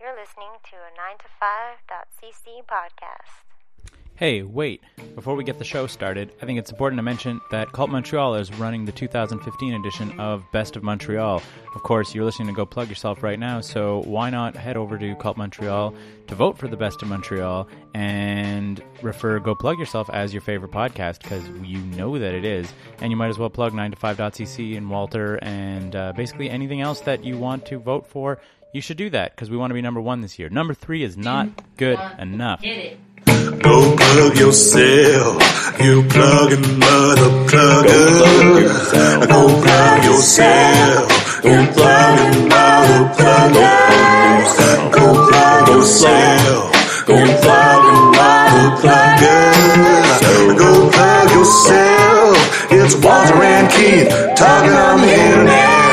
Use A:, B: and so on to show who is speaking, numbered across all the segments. A: You're listening to a 9to5.cc podcast.
B: Hey, wait. Before we get the show started, I think it's important to mention that Cult Montreal is running the 2015 edition of Best of Montreal. Of course, you're listening to Go Plug Yourself right now, so why not head over to Cult Montreal to vote for the Best of Montreal and refer Go Plug Yourself as your favorite podcast because you know that it is. And you might as well plug 9to5.cc and Walter and uh, basically anything else that you want to vote for. You should do that because we want to be number one this year. Number three is not good enough.
C: Go plug yourself. You plug another plugger. Go plug yourself. You plug another plugger. Go plug yourself. Go plug another plugger. Go plug yourself. It's Walter and Keith talking on the internet.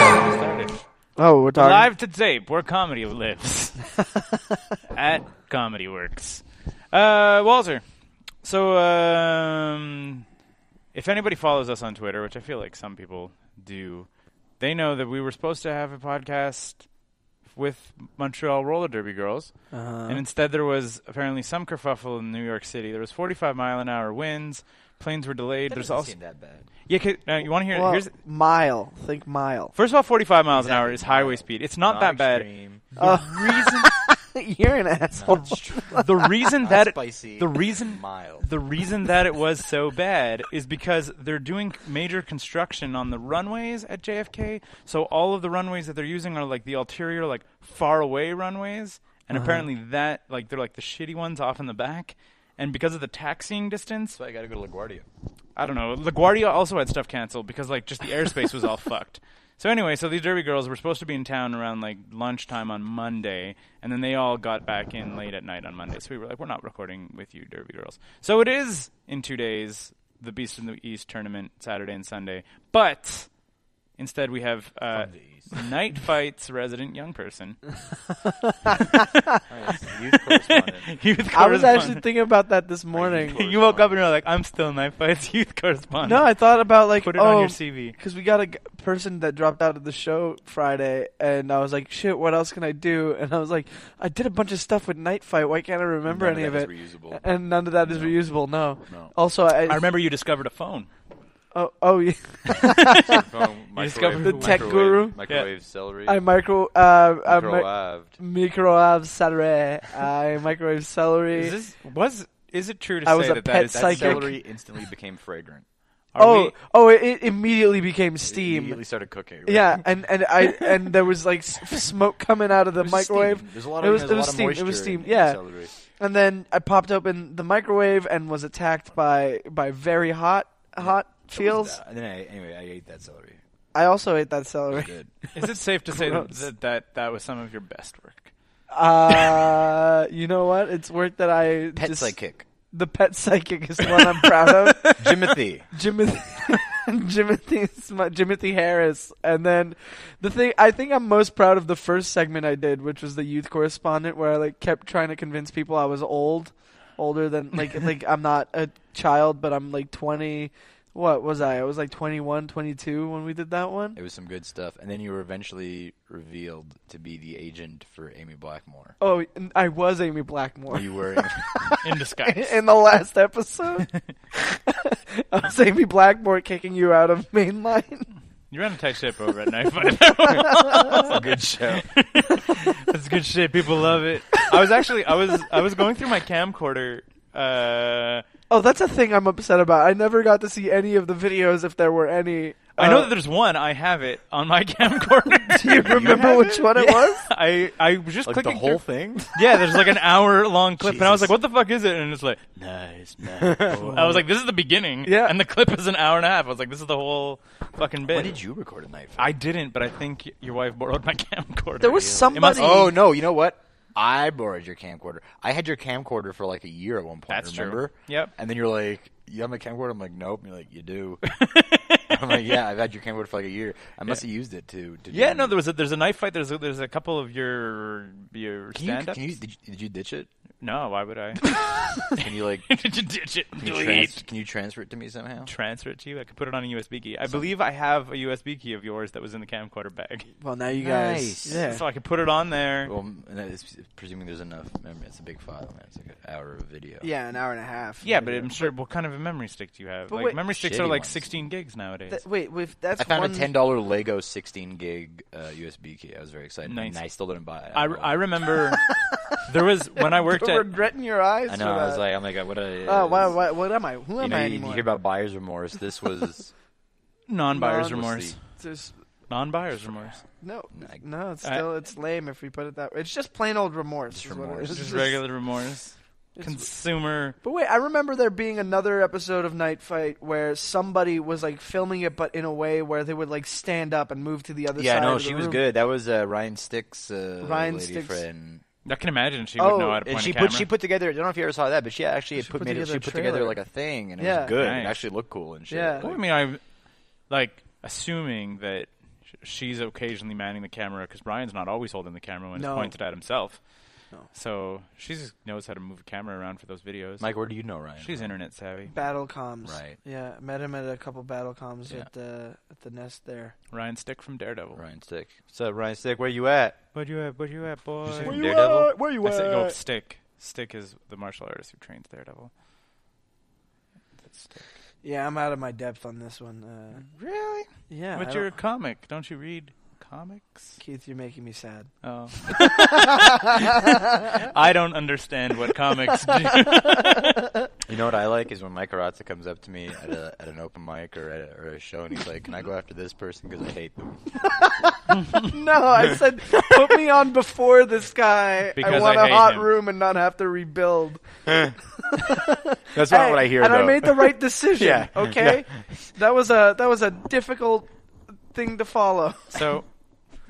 D: Oh, we're talking.
B: Live to tape, where comedy lives. At Comedy Works. Uh, Walter, so um, if anybody follows us on Twitter, which I feel like some people do, they know that we were supposed to have a podcast with Montreal roller derby girls, and instead there was apparently some kerfuffle in New York City. There was 45 mile an hour winds, planes were delayed. There's also
E: that bad.
B: yeah, 'cause- uh, you want to hear?
D: Well,
B: here's
D: mile. Think mile.
B: first of all, 45 miles an hour is highway speed. It's not, that bad.
D: Oh. You're an asshole.
B: the reason that it-
E: spicy,
B: the reason
E: mild.
B: the reason that it was so bad is because they're doing major construction on the runways at JFK. So all of the runways that they're using are like the ulterior, like far away runways, and apparently that like they're like the shitty ones off in the back. And because of the taxiing distance,
E: I gotta go to LaGuardia.
B: I don't know. LaGuardia also had stuff canceled because like just the airspace was all fucked. So anyway, so these Derby girls were supposed to be in town around like lunchtime on Monday, and then they all got back in late at night on Monday. So we were like, we're not recording with you, Derby girls. So it is in two days the Beast in the East tournament, Saturday and Sunday. But instead, we have uh, night fights resident young person.
E: Youth correspondent.
B: Youth
D: I was actually
B: correspondent.
D: thinking about that this morning.
B: you woke up and you're like, I'm still night fights youth correspondent.
D: No, I thought about like
B: Put it on
D: oh,
B: your CV.
D: because we got a g- person that dropped out of the show Friday, and I was like, shit, what else can I do? And I was like, I did a bunch of stuff with Night Fight. Why can't I remember
E: None of
D: any
E: that
D: it?
E: is reusable.
D: And none of that is reusable. No.
E: No.
D: Also, I,
B: I remember you discovered a phone.
D: Oh, oh yeah.
B: You discovered
D: the tech guru.
E: Microwave celery.
D: I micro. Uh, I mi-
E: microwaved.
D: microwave celery. I microwave celery.
B: Is this was is it true to
D: I
B: say
D: was a
B: that
D: pet
B: that is
E: That
D: psychic.
E: celery instantly became fragrant.
B: Are
D: oh,
B: we-
D: oh! It, it immediately became steam.
E: Immediately started cooking. right?
D: Yeah, and and I and there was like s- smoke coming out of the
E: It was
D: microwave.
E: steam. There's a lot
D: it
E: of
D: was
E: there's
D: it
E: a
D: was
E: lot of
D: steam. It was
E: moisture in-
D: steam.
E: in
D: Yeah,
E: celery.
D: and then I popped open the microwave and was attacked by by very hot hot feels.
E: And then I, anyway, I ate that celery.
D: I also ate that celery.
E: Good.
B: is it safe to say that,
D: Gross.
B: that that that was some of your best work?
D: Uh, you know what? It's work that I
E: Pet
D: just,
E: psychic.
D: The pet psychic is the one I'm proud of.
E: Jimothy.
D: Jimothy, Jimothy, Sm- Jimothy Harris, and then the thing I think I'm most proud of the first segment I did, which was the youth correspondent, where I like kept trying to convince people I was old, older than like like I'm not a child, but I'm like 20. What was I? I was like 21, 22 when we did that one.
E: It was some good stuff. And then you were eventually revealed to be the agent for Amy Blackmore.
D: Oh, and I was Amy Blackmore
E: You were.
B: In disguise.
D: in the last episode. I was Amy Blackmore kicking you out of mainline.
B: you ran a tight ship over at Night Fight.
E: good show.
B: That's good shit. People love it. I was actually I was I was going through my camcorder. Uh,
D: Oh, that's a thing I'm upset about. I never got to see any of the videos if there were any.
B: I know
D: Uh,
B: that there's one. I have it on my camcorder.
D: Do you remember which one it was?
B: I I was just
E: Like the
B: clicking
E: whole
B: through-
E: thing?
B: Yeah, there's like an hour long clip, and I was like,
E: Jesus.
B: "What the fuck is it?" And it's like,
E: Nice, nice.
B: I was like, "This is the beginning."
D: Yeah.
B: and the clip is an hour and a half. I was like, "This is the whole fucking bit."
E: When did you record a night? Fight?
B: I didn't, but I think y- your wife borrowed my camcorder.
D: There was
B: It must-
D: somebody.
E: Oh no! You know what? I borrowed your camcorder. I had your camcorder for like a year at one point.
B: That's true.
E: remember?
B: Yep.
E: And then you're like, "You have my camcorder?" I'm like, "Nope." And you're like, "You do." I'm like, "Yeah, I've had your camcorder for like a year. I must have used it to." to
B: yeah,
E: do-
B: no, there was a, there's a knife fight. There's a, there's a couple of your your
E: Can you,
B: stand up.
E: can you did, you did you ditch it?
B: No, why would I?
E: Can you like
B: Did you ditch it?
E: can you, trans- can you transfer it to me somehow?
B: transfer it to you. I could put it on a USB key. I believe I have a USB key of yours that was in the camcorder bag,
D: Well, now you guys.
E: Nice.
D: Yeah.
B: so I could put it on there.
E: Well, m- and that is presuming there's enough memory. It's a big file, man. It's like an hour of video.
D: yeah, an hour and a half.
B: yeah, but I'm sure. What kind of a memory stick do you have?
D: But
B: Like
D: wait-
B: memory sticks
E: Shitty
B: are like
E: ones.
B: 16 gigs nowadays.
D: Th- wait, wait, that's
E: I found
D: one
E: a ten dollar Lego sixteen gig uh, USB key. I was very excited,
B: Nice.
E: and I still didn't buy it.
B: I,
E: don't know.
B: I remember there was when I worked
D: You're
B: at
D: regretting your eyes.
E: I
D: For
E: know. I was
D: that.
E: like, oh my god, what a.
D: oh, why, why, what am I? Who
E: You
D: am
E: know,
D: I
E: you, you
D: anymore?
E: hear about buyer's remorse. This was
B: non-buyer's
D: Non-
B: remorse.
D: Just-
B: Non-buyer's remorse.
D: no,
E: I-
D: no, it's
B: I-
D: still it's lame if we put it that way. It's just plain old remorse. is what it
E: remorse.
D: is.
B: Just regular remorse.
D: it's-
B: Consumer.
D: But wait, I remember there being another episode of Night Fight where somebody was like filming it, but in a way where they would like stand up and move to the other
E: yeah,
D: side.
E: no,
D: of the
E: she was
D: room.
E: good. That was uh, Ryan Stick's uh,
D: Ryan
E: lady
D: Stick's-
E: friend.
B: I can imagine she would
D: Oh,
B: know how to point
E: And she
B: a camera.
E: put she put together. I don't know if you ever saw that, but she actually had
D: She
E: put,
D: put
E: made it,
D: together
E: she
D: a
E: put together
D: trailer.
E: like a thing, and it
D: Yeah.
E: was good.
B: Nice.
E: It actually looked cool and shit.
D: Yeah.
E: Like,
B: Well, I mean, I like assuming that sh- she's occasionally manning the camera because Brian's not always holding the camera when
D: No.
B: it's pointed at himself.
D: No.
B: So she just knows how to move a camera around for those videos.
E: Mike, where do you know Ryan?
B: she's internet savvy.
D: Battle comms.
E: Right.
D: Yeah, met him at a couple battle comms
E: Yeah.
D: at the at the nest there.
B: Ryan Stick from Daredevil.
E: Ryan Stick. What's up, Ryan Stick? Where you at?
B: What you at? What you at, boy?
E: Did you say
B: Where you
E: Daredevil?
D: Where you
B: I said, go Stick. Stick is the martial artist who trains Daredevil. That's Stick.
D: Yeah, I'm out of my depth on this one. Uh,
B: Really?
D: yeah, Oh, I
B: But
D: don't-
B: you're a comic. Don't you read comics?
D: Keith, you're making me sad.
B: Oh. I don't understand what comics do.
E: You know what I like is when Mike Arazza comes up to me at, a, at an open mic or at a, or a show, and he's like, "Can I go after this person because I hate them?"
D: No, I said put me on before this guy. I
B: Because
D: want
B: I
D: a
B: hate
D: hot
B: him.
D: room and not have to rebuild.
E: That's not
D: Hey,
E: what I hear.
D: And
E: though.
D: I made the right decision.
E: Yeah.
D: Okay, that was a that was a difficult thing to follow.
B: So,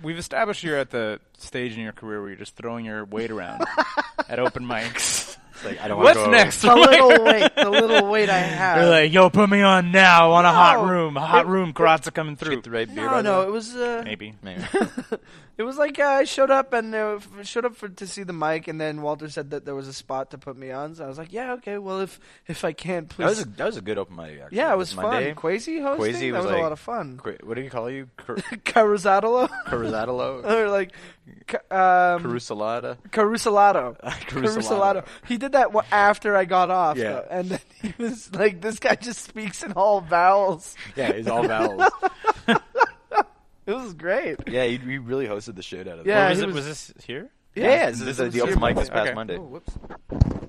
B: we've established you're at the stage in your career where you're just throwing your weight around at open mics.
E: It's like, I don't wanna
B: What's
E: go-
B: next?
D: The little weight, the little weight I have.
B: They're like, yo, put me on now on a hot
D: No.
B: room. A hot room, karate coming
E: Did you
B: through.
E: Get the right beer.
D: no,
E: by the
D: no,
E: way?
D: it was uh,
B: Maybe.
E: Maybe.
D: It was like uh, I showed up and uh, f- showed up for to see the mic, and then Walter said that there was a spot to put me on. So I was like, "Yeah, okay. Well, if if I can,
E: That was
D: please."
E: a, that was a good open mic. Actually.
D: yeah, it was
E: Monday.
D: fun. Quasi hosting.
E: Kwesi
D: that
E: was
D: was
E: like-
D: a lot of fun.
E: Qu- what do you call you? Car-
D: Carusatolo
E: Carusadolo?
D: or like ca- um,
E: Carusalada?
D: Carusolato.
E: Carusalado.
D: Carusolato. He did that wa- after I got off,
E: Yeah.
D: though, and then he was like, "This guy just speaks in all vowels."
E: Yeah, it's all vowels.
D: It was great.
E: yeah, you, you really hosted the shit out of
D: Yeah,
B: Where
E: that.
B: was,
D: he
B: it,
D: was-
B: was this here?
E: Yeah, this is the, the
D: was
E: open mic
D: here.
E: this past
B: Okay.
E: Monday,
D: Oh, whoops.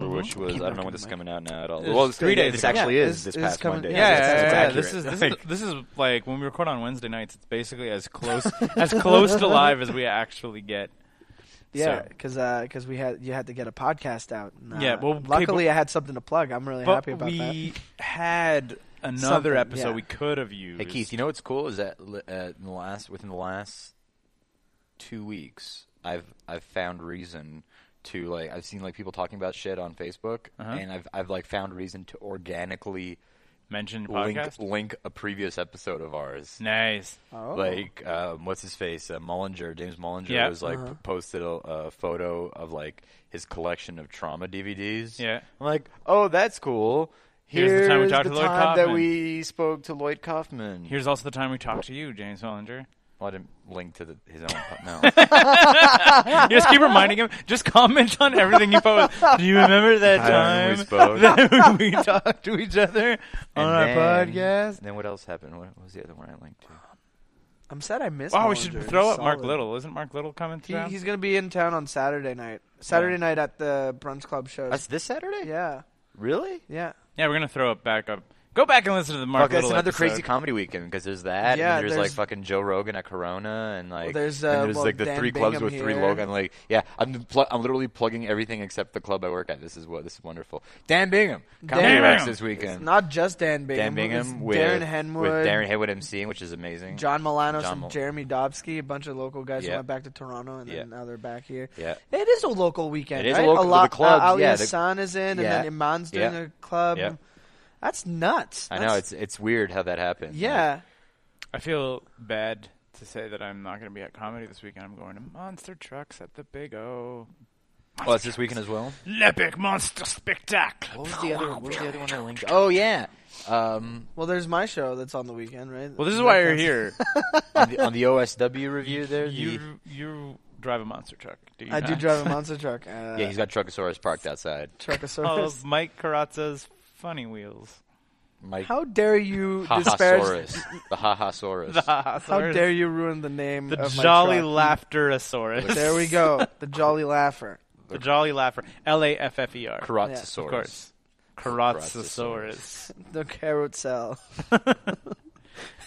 E: which was I don't know when this is coming out now at all.
B: It's
E: Well, it's
B: three days
E: This
B: ago.
E: actually
D: Yeah,
E: is
D: it's-
E: this
D: it's
E: past
D: coming-
E: Monday.
D: yeah,
B: Yeah,
D: it's-
B: yeah,
D: it's
B: yeah,
E: accurate.
B: This is this,
E: Like,
B: is this is like when we record on Wednesday nights. It's basically as close as close to live as we actually get.
D: Yeah,
B: So-
D: because we had you had to get a podcast out. and, uh,
B: Yeah, well, okay,
D: luckily
B: but-
D: I had something to plug. I'm really
B: But
D: happy about that.
B: we had another
D: Something,
B: episode
D: yeah.
B: we could have used.
E: Hey Keith, you know what's cool is that li- uh, in the last within the last two weeks, I've I've found reason to like I've seen like people talking about shit on Facebook,
B: Uh-huh.
E: and I've I've like found reason to organically
B: mentioned
E: link
B: podcast.
E: link a previous episode of ours.
B: Nice.
D: Oh.
E: Like um, what's his face, uh, Mullinger, James Mullinger
B: Yeah.
E: was like p- posted a, a photo of like his collection of trauma DVDs.
B: Yeah.
E: I'm like, oh, that's cool.
B: Here's the time we
E: Here's
B: talked
E: the
B: to Lloyd
E: time that
B: Kaufman.
E: we spoke to Lloyd Kaufman.
B: Here's also the time we talked to you, James Hollinger.
E: Well, I didn't link to the, his own. po- No,
B: You just keep reminding him. Just comment on everything you post. Do you remember that
E: Time
B: time
E: we spoke.
B: that we talked to each other on our podcast?
E: Then what else happened? What what was the other one I linked to?
D: I'm sad I missed.
B: Wow, we should
D: Mullinger.
B: throw
D: He's
B: up Mark
D: solid.
B: Little. Isn't Mark Little coming
D: He,
B: through?
D: he's gonna be in town on Saturday night. Saturday night at the brunch club show.
E: That's this Saturday.
D: yeah,
E: really?
D: yeah,
B: yeah, we're gonna throw up back up. Go back and listen to the Mark
E: Fuck, that's
B: Little
E: another
B: episode.
E: crazy comedy weekend because there's that.
D: Yeah,
E: and there's, like
D: there's-
E: fucking Joe Rogan at Corona, and like
D: there's,
E: and
D: uh,
E: there's
D: well,
E: like the
D: Dan
E: three clubs
D: Bingham
E: with three
D: here.
E: Logan. Like, yeah, I'm pl- I'm literally plugging everything except the club I work at. This is what this is wonderful. Dan Bingham, comedy
D: Bingham.
E: Rocks this weekend.
D: Not just Dan
E: Dan
D: Bingham. it's
E: Bingham with
D: Darren Henwood,
E: with Darren Henwood emceeing, which is amazing.
D: John Milano,
E: John
D: and
E: Mil-
D: Jeremy Dobsky, a bunch of local guys
E: Yeah.
D: who went back to Toronto, and then
E: Yeah.
D: now they're back here.
E: Yeah.
D: it is a local weekend.
E: It is a
D: right?
E: local- the
D: lot.
E: clubs,
D: uh, Ali
E: yeah, the-
D: Hassan is in,
E: Yeah.
D: and then Iman's doing
E: Yeah.
D: a club.
E: Yeah.
D: That's nuts.
E: I know
D: That's-
E: it's it's weird how that happened.
D: Yeah.
B: I feel bad to say that I'm not going to be at comedy this weekend. I'm going to Monster Trucks at the Big O.
E: Oh, it's this weekend as well.
B: L'epic monster spectacle.
E: What was the other? What was the other one I linked? Oh yeah, um,
D: Well, there's my show that's on the weekend, right?
B: Well, this is why you're here.
E: on, the, on the OSW review there. The,
B: You you drive a monster truck. Do you
D: I do
B: not?
D: drive a monster truck. Uh,
E: yeah, he's Oh, got Truckosaurus parked outside.
B: All
D: Truckosaurus.
B: of Oh, Mike Carazza's funny wheels.
E: Mike
D: How dare you disparage?
E: Hahasaurus, the Hahasaurus.
D: How dare you ruin the name
B: the
D: of my
B: Jolly
D: truck.
B: Laughter-osaurus.
D: There we go. The Jolly Laugher.
B: The Jolly Laugher. L A F F E R.
E: Caratsasaurus.
B: Of course. Caratsasaurus.
D: The carrot cell.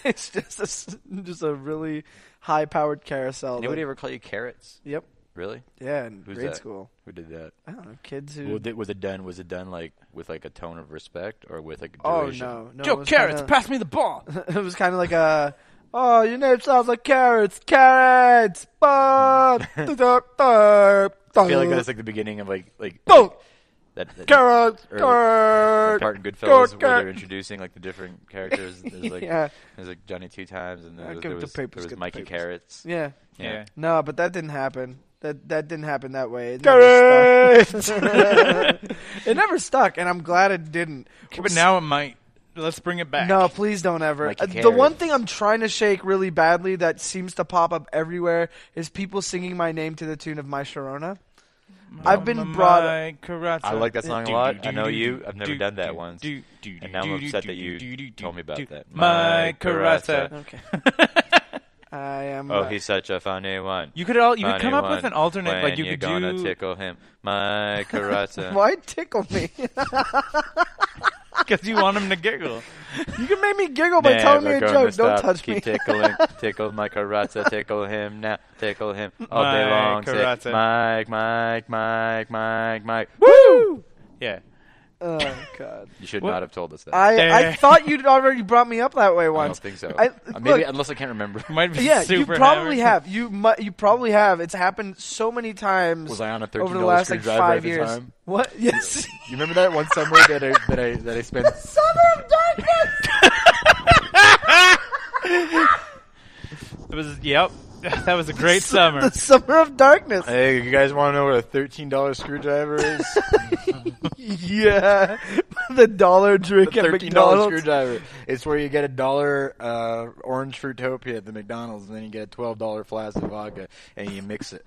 D: it's just a, s- just a really high powered carousel.
E: Anybody
D: that-
E: ever call you carrots?
D: yep.
E: Really?
D: Yeah, in
E: Who's
D: grade
E: that?
D: school.
E: Who did that?
D: I don't know. Kids who.
E: Was it, was it done? Was it done like with like a tone of respect or with like?
D: oh,
E: derision?
D: no. no it
B: Joe
D: was
B: Carrots,
D: kinda-
B: pass me the ball.
D: it was kind of like a. Oh, your name sounds like carrots. Carrots. I
E: I feel
D: feel
E: like that's like the beginning of like like
D: Boom.
E: that, that
D: Carrots.
E: or that
D: Carrots.
E: part in Goodfellas where
D: carrot.
E: they're introducing like the different characters. There's like
D: Yeah.
E: there's like Johnny Two Times and
D: Uh,
E: there was,
D: give
E: there
D: the
E: was,
D: papers,
E: there was
D: give the
E: Mikey
D: papers.
E: Carrots.
D: Yeah.
B: Yeah.
D: No, but that didn't happen. That that didn't happen that way. It never
B: Carrots.
D: stuck. it never stuck, and I'm glad it didn't.
B: But now it might. Let's bring it back.
D: No, please don't ever.
E: Mikey
D: Uh, the
E: Carrot.
D: one thing I'm trying to shake really badly that seems to pop up everywhere is people singing my name to the tune of My Sharona. I've been brought.
B: Mike Carazza.
E: I like that song a
B: Do,
E: lot.
B: do,
E: I know
B: do,
E: you.
B: do,
E: I've never
B: do,
E: done that
B: do,
E: once.
B: do, do,
E: And now I'm
B: do, do,
E: upset
B: do,
E: that you
B: do, do,
E: told me
B: do,
E: about
B: do.
E: that.
B: Mike
E: Carazza.
B: Carazza.
D: Okay. I am.
E: Oh,
D: uh,
E: he's such a funny one.
B: You could all you could
E: Funny
B: come up with an
E: one.
B: alternate
E: when
B: like you
E: you're
B: could
E: gonna
B: do
E: tickle him, my karate.
D: Why tickle me?
B: because you want him to giggle.
D: you can make me giggle by telling me a
E: Never
D: joke.
E: gonna
D: Don't
E: stop.
D: touch
E: Keep
D: me.
E: tickling, tickle my karate, tickle him now, tickle him all day
B: My
E: long. Say,
B: karate.
E: Mike, Mike, Mike, Mike, Mike.
D: Woo!
B: Yeah.
D: Oh God.
E: You should
B: What?
E: not have told us that.
D: I, I
B: Eh.
D: thought you'd already brought me up that way
E: I
D: once.
E: don't think so.
D: I-
E: Uh, maybe
D: look-
E: unless I can't remember.
B: Might be
D: Yeah,
B: super
D: you probably
B: hammered.
D: have. You mu- you probably have. It's happened so many times
E: Was I on a thirteen
D: over the
E: dollar
D: last like
E: screwdriver
D: five
E: at the
D: years.
E: time?
D: What? Yes.
E: You remember that one summer that I that I that I spent?
D: Summer of darkness.
B: It was yep. that was a great summer.
D: the summer of darkness.
E: Hey, you guys want to know what a thirteen dollar screwdriver is?
D: Yeah, the dollar drink at
E: Thirteen dollar
D: McDonald's.
E: screwdriver. It's where you get a dollar uh, orange fruitopia at the McDonald's, and then you get a twelve dollar flask of vodka, and you mix it.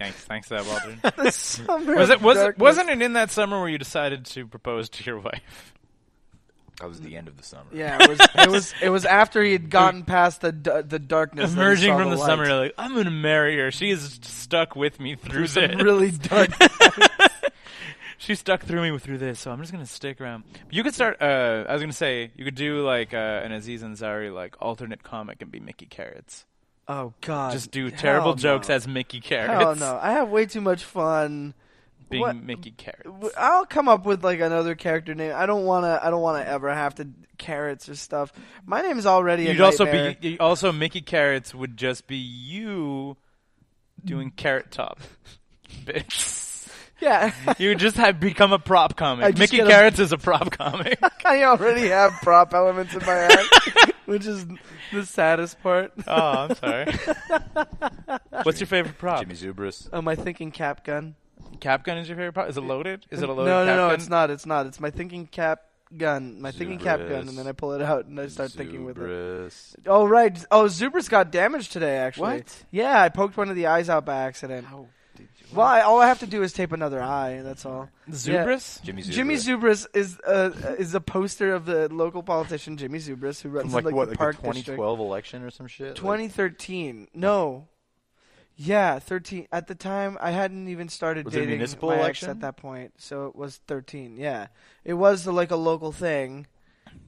B: thanks, thanks for that, Waldron.
D: The summer
B: was
D: of
B: it was it,
D: darkness.
B: wasn't it in that summer where you decided to propose to your wife?
E: That was the end of the summer.
D: Yeah, it was. It was. It was after he had gotten past the d- the darkness, that he
B: Emerging
D: saw
B: from the,
D: light.
B: summer, like I'm gonna marry her. She is stuck with me through this.
D: Really dark.
B: she stuck through me through this, so I'm just gonna stick around. You could start. Uh, I was gonna say you could do like uh, an Aziz Ansari like alternate comic and be Mickey Carrots.
D: Oh God!
B: Just do
D: Hell
B: terrible
D: no.
B: jokes as Mickey Carrots.
D: Hell no! I have way too much fun.
B: Being
D: What-
B: Mickey Carrots.
D: W- I'll come up with like another character name. I don't wanna. I don't wanna ever have to carrots or stuff. My name's already. a
B: You'd also
D: nightmare.
B: be you- also Mickey Carrots would just be you doing carrot top bits.
D: Yeah,
B: You would just have become a prop
D: I
B: comic.
D: just
B: Mickey
D: get a-
B: Carrots is a prop comic.
D: I already have prop elements in my head, which is the saddest part.
B: oh, I'm sorry. What's your favorite prop?
E: Jimmy Zubris.
D: Oh, my thinking cap gun.
B: Cap gun is your favorite prop? Is it loaded? Is it a
D: no,
B: loaded
D: no,
B: cap
D: no.
B: gun?
D: It's not. It's not. It's my thinking cap gun. My thinking cap gun,
E: Zubris.
D: and then I pull it out and I start thinking with it.
E: Zubris.
D: Oh right. Oh, Zubris got damaged today. Actually,
E: What?
D: Yeah, I poked one of the eyes out by accident. Well, I, all I have to do is tape another eye. That's all.
B: Zubris?
E: Jimmy Zubris.
D: Jimmy Zubris is uh, is a poster of the local politician Jimmy Zubris who runs
E: From like,
D: like,
E: what,
D: the
E: like
D: park
E: the
D: district.
E: 2012 election or some shit?
D: 2013. No. Yeah, 13. At the time, I hadn't even started
E: Was it a
D: dating
E: municipal
D: my ex
E: election?
D: at that point, so it was 13. Yeah, it was uh, like a local thing,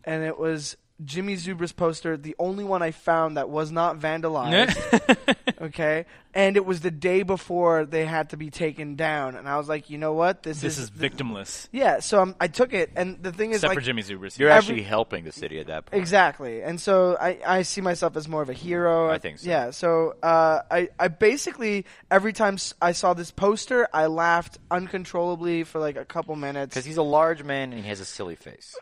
D: and it was Jimmy Zubra's poster, the only one I found that was not
B: Eh?
D: vandalized. okay, and it was the day before they had to be taken down, and I was like, you know what, this,
B: this is victimless.
D: yeah. So um, I took it, and the thing is,
B: Except
D: like,
B: for Jimmy Zubris.
E: You're
D: Every-
E: actually helping the city at that point.
D: Exactly, and so I, I see myself as more of a hero.
E: I think so.
D: Yeah, so uh, I I basically every time s- I saw this poster, I laughed uncontrollably for like a couple minutes.
E: Because he's a large man and he has a silly face.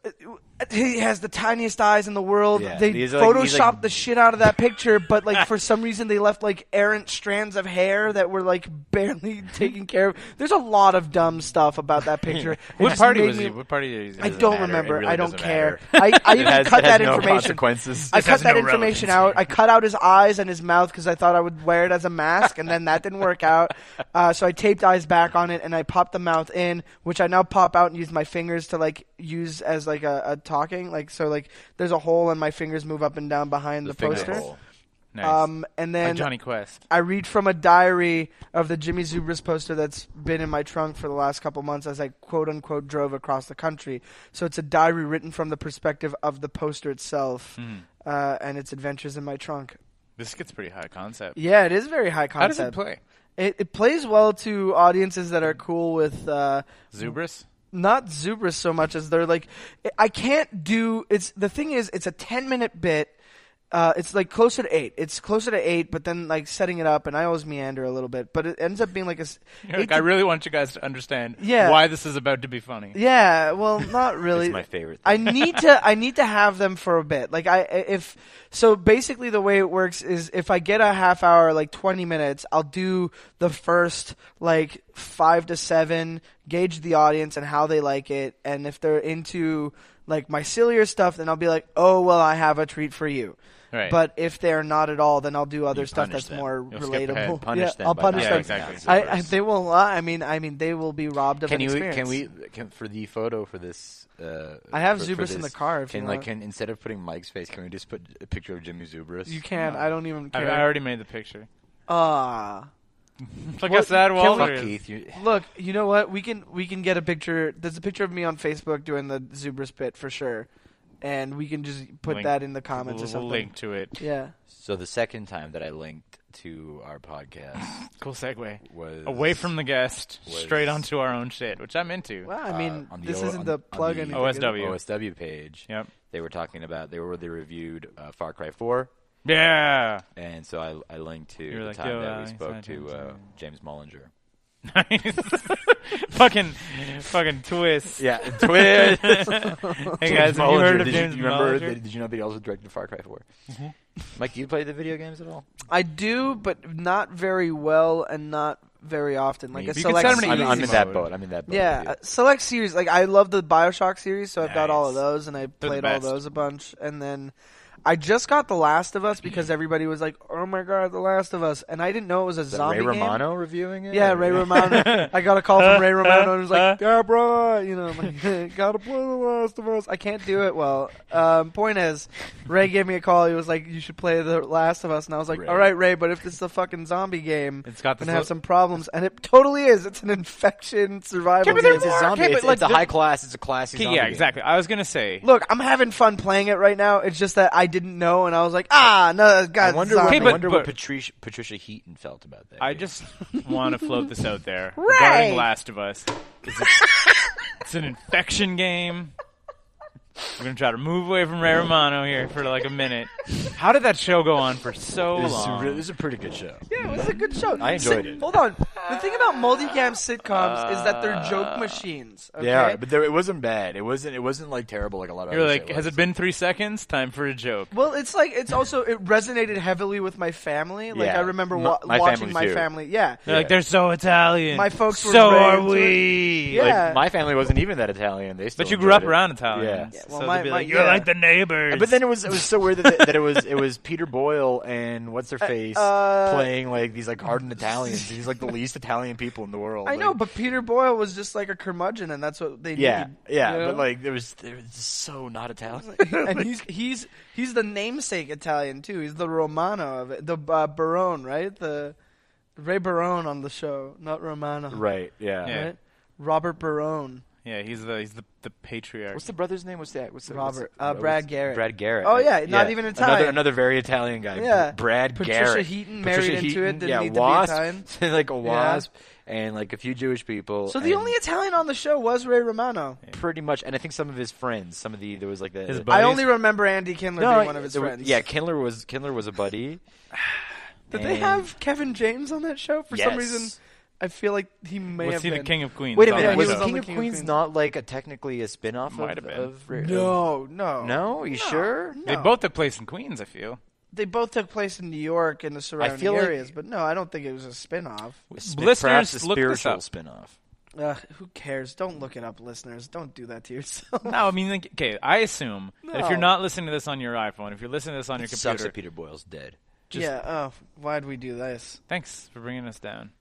D: He has the tiniest eyes in the world.
E: Yeah,
D: They
E: he's like- he's
D: photoshopped
E: like-
D: the shit out of that picture, but like for some reason they left like errant strands of hair that were like barely taken care of. There's a lot of dumb stuff about that picture. It
E: What
D: just
E: party
D: made
E: was
D: me-
E: he? What party is he?
D: I
E: doesn't
D: don't
E: matter. It
D: remember.
E: really
D: I don't
E: doesn't
D: care.
E: matter.
D: I, I
E: It
D: even
E: has-
D: cut
E: it has
D: that
E: no
D: information.
E: consequences.
D: I
E: This
D: cut
E: has
D: that
E: no
D: information
E: relevance.
D: out. I cut out his eyes and his mouth because I thought I would wear it as a mask, and then that didn't work out. Uh, so I taped eyes back on it, and I popped the mouth in, which I now pop out and use my fingers to like use as like a, a talking. Like so, like there's a hole, and my fingers move up and down behind the,
E: finger
D: poster.
E: hole.
B: Nice.
D: Um, and
B: Like
D: then
B: Johnny Quest.
D: I read from a diary of the Jimmy Zubris poster that's been in my trunk for the last couple months as I quote unquote drove across the country. So it's a diary written from the perspective of the poster itself
E: Hmm.
D: uh, and its adventures in my trunk.
B: This gets pretty high concept.
D: Yeah, it is very high
E: How does
D: concept.
E: it play? Hmm.
D: It, it plays well to audiences that are cool with uh,
B: Zubris.
D: not Zubris so much as they're like, I can't do. It's the thing is, it's a ten minute bit. Uh, it's like closer to eight. It's closer to eight, but then like setting it up, and I always meander a little bit. But it ends up being like a. s- eight
B: Like, I
D: to-
B: really want you guys to understand
D: Yeah.
B: why this is about to be funny.
D: yeah, well, not really.
E: It's my favorite
D: I need to. I need to have them for a bit. Like I, if so, basically the way it works is if I get a half hour, like twenty minutes, I'll do the first like five to seven, gauge the audience and how they like it, and if they're into like my sillier stuff, then I'll be like, oh well, I have a treat for you.
B: Right.
D: But if they're not at all, then I'll do other stuff
E: punish
D: that's
E: them.
D: more
B: You'll skip ahead.
D: relatable.
E: Punish
D: yeah,
E: them
D: I'll
E: by
D: punish
E: not
B: Yeah,
D: them.
E: putting down
B: exactly.
D: I, I,
E: Zubris.
D: they will. lie. I mean, I mean, they will be robbed of
E: can
D: an
E: you
D: experience.
E: can we can, for the photo for this? Uh,
D: I have
E: for- for
D: Zubris in
E: this,
D: the car if
E: can
D: you
E: like
D: want.
E: can instead of putting Mike's face, can we just put a picture of Jimmy Zubris?
D: You can. I don't even
B: I,
D: care.
B: I already made the picture.
D: Ah.
B: Look how sad Walter
E: Fuck
B: is.
E: Keith. You,
D: Look, you know what? We can we can get a picture. There's a picture of me on Facebook doing the Zubris bit for sure, and we can just put
B: Link.
D: that in the
B: We'll,
D: comments or
B: we'll
D: something.
B: link Uh, to it.
D: Yeah.
E: so the second time that I linked to our podcast
B: Cool segue.
E: was
B: Away from the guest,
E: was-
B: straight onto our own shit, which I'm into.
D: Well, I
E: uh,
D: mean,
E: on the
D: this
E: O-
D: isn't
E: on-
D: the
E: on
D: plug
E: the
D: anything. is it?
B: OSW.
E: OSW page.
B: Yep.
E: They were talking about they were they reviewed uh, Far Cry 4,
B: Yeah.
E: and so I, I linked to
B: were
E: the
B: like,
E: time
B: "Yo,
E: that
B: uh,
E: we
B: it's
E: spoke
B: not
E: to
B: James,
E: uh,
B: uh,
E: James Mullinger.
B: Nice. fucking, fucking twist.
E: Yeah, Twitch.
B: Hey guys, have you heard of
E: did
B: James
E: you, remember?
B: Mullinger?
E: That, did you know that he also directed Far Cry 4? Mm-hmm. Mike, do you play the video games at all?
D: I do, but not very well and not very often. Like
E: You
D: a
E: could
D: select
B: send me an
D: series.
B: easy
E: I'm, I'm in that
B: mode.
E: boat. I'm in that boat.
D: yeah,
E: with
D: uh,
E: you.
D: select series. Like I love the BioShock series, so I've got all of
B: Nice.
D: those, and I
B: the
D: played all
B: best.
D: those a bunch. And then I just got The Last of Us because everybody was like, "Oh my god, The Last of Us," and I didn't know it was a
E: Is that
D: zombie
E: Ray
D: game.
E: Romano reviewing it?
D: Yeah,
E: Or-
D: Ray Romano. I got a call
E: Uh-huh.
D: from Ray Romano and was like, "Yeah, bro, you know, I'm like, gotta play The Last of Us." I can't do it well. Um, point is, Ray gave me a call. He was like, "You should play The Last of Us," and I was like,
E: Ray.
D: "All right, Ray, but if this is a fucking zombie game,
B: It's got
D: I'm
B: this
D: gonna have
B: little-
D: some problems." And it totally is. It's an infection survival.
B: but
D: game.
B: there's
E: It's a
B: Okay,
E: zombie.
B: but,
E: it's,
B: like,
E: it's a
B: the-
E: high class. It's a classy zombie
B: yeah,
E: game.
B: exactly. I was gonna say.
D: Look, I'm having fun playing it right now. It's just that I didn't know, and I was like, "Ah, no,
E: I
D: God,
E: wonder,
D: zombie.
E: what,
B: Okay,
E: I
B: but-
E: wonder what
B: but-
E: Patricia, Patricia Heaton felt about that.
B: I
E: game.
B: just want to float this out there regarding Last of Us. It's, a- it's an infection game. We're gonna try to move away from Ray Romano here for like a minute. How did that show go on for so
E: This is,
B: long?
E: re- this is a pretty good show.
D: Yeah, it was a good show.
E: I enjoyed
D: Sit-
E: it.
D: Hold on. The thing about multicam sitcoms is that they're
E: Uh,
D: joke machines. Okay?
E: Yeah, but there, it wasn't bad. It wasn't. It wasn't like terrible like a lot of.
B: You're
E: other
B: like,
E: shows.
B: has it been three seconds? Time for a joke.
D: well, it's like it's also it resonated heavily with my family. Like
E: Yeah.
D: I remember
E: M-
D: wa-
E: my
D: watching
E: family
D: my
E: too.
D: family. Yeah.
B: They're like, they're so Italian.
D: My folks were
B: So
D: very
B: are
D: into it.
B: we?
D: Yeah.
E: Like, my family wasn't even that Italian. They still
B: But you grew up
E: enjoyed it.
B: around Italian.
E: Yeah. Uh,
D: well,
B: so
D: my-
B: they'd be
D: my-
B: like, you're
D: yeah.
B: like the neighbors.
E: But then it was it was so weird that, that it was it was Peter Boyle and what's their face
D: uh,
E: playing like these like hardened Italians. He's like the least Italian people in the world.
D: I know,
E: Like,
D: but Peter Boyle was just like a curmudgeon, and that's what they
E: yeah,
D: need.
E: yeah,
D: you know?
E: but like there was there was so not Italian.
D: and he's he's he's the namesake Italian too. He's the Romano of it, the uh, Barone, right? The Ray Barone on the show, not Romano,
E: right, yeah.
B: Yeah.
D: right? Robert Barone.
B: yeah, he's the he's the, the patriarch.
E: What's the brother's name? What's that? What's the,
D: Robert.
E: What's
D: Uh, Brad Garrett.
E: Brad Garrett.
D: Oh, yeah, not even Italian.
E: Another, another very Italian guy.
D: Yeah.
E: Brad
D: Patricia
E: Garrett.
D: Heaton
E: Patricia
D: married into
E: Heaton,
D: it, didn't
E: yeah,
D: need to be
E: wasp,
D: Italian.
E: like a wasp, and like a few Jewish people.
D: So the
E: and
D: only Italian on the show was Ray Romano.
E: pretty much, and I think some of his friends, some of the there was like the
B: His
E: the-
B: buddies.
D: I only remember Andy Kindler being one of his
E: there were-
D: friends.
E: Yeah, Kindler was Kindler was a buddy.
D: Did they
E: and-
D: have Kevin James on that show? For some reason, I feel like he may
B: Was
D: have
B: he the
D: been.
B: king of Queens?
E: Wait a
B: on
E: minute,
D: Yeah,
B: that
D: he
E: was
D: was
B: show?
D: on
E: King
D: the
E: of
D: King of
E: Queens
D: Queens.
E: not like a technically a spin off
B: Might
E: of,
B: have been.
E: of Ra-
D: No, no,
E: No, you sure?
B: They both have place in Queens. I feel.
D: They both took place in New York and the surrounding
E: feel like-
D: areas, but no, I don't think it was a spin-off.
E: Sp-
B: Listeners,
E: perhaps a
B: look this
E: spiritual
B: up.
E: spinoff.
D: Ugh, who cares? Don't look it up, listeners. Don't do that to yourself.
B: No, I mean, like, okay. I assume that if you're
D: No.
B: not listening to this on your iPhone, if you're listening to this on your
E: Sucks
B: computer,
E: that Peter Boyle's dead.
B: just
D: yeah. Oh, why'd we do this?
B: thanks for bringing us down.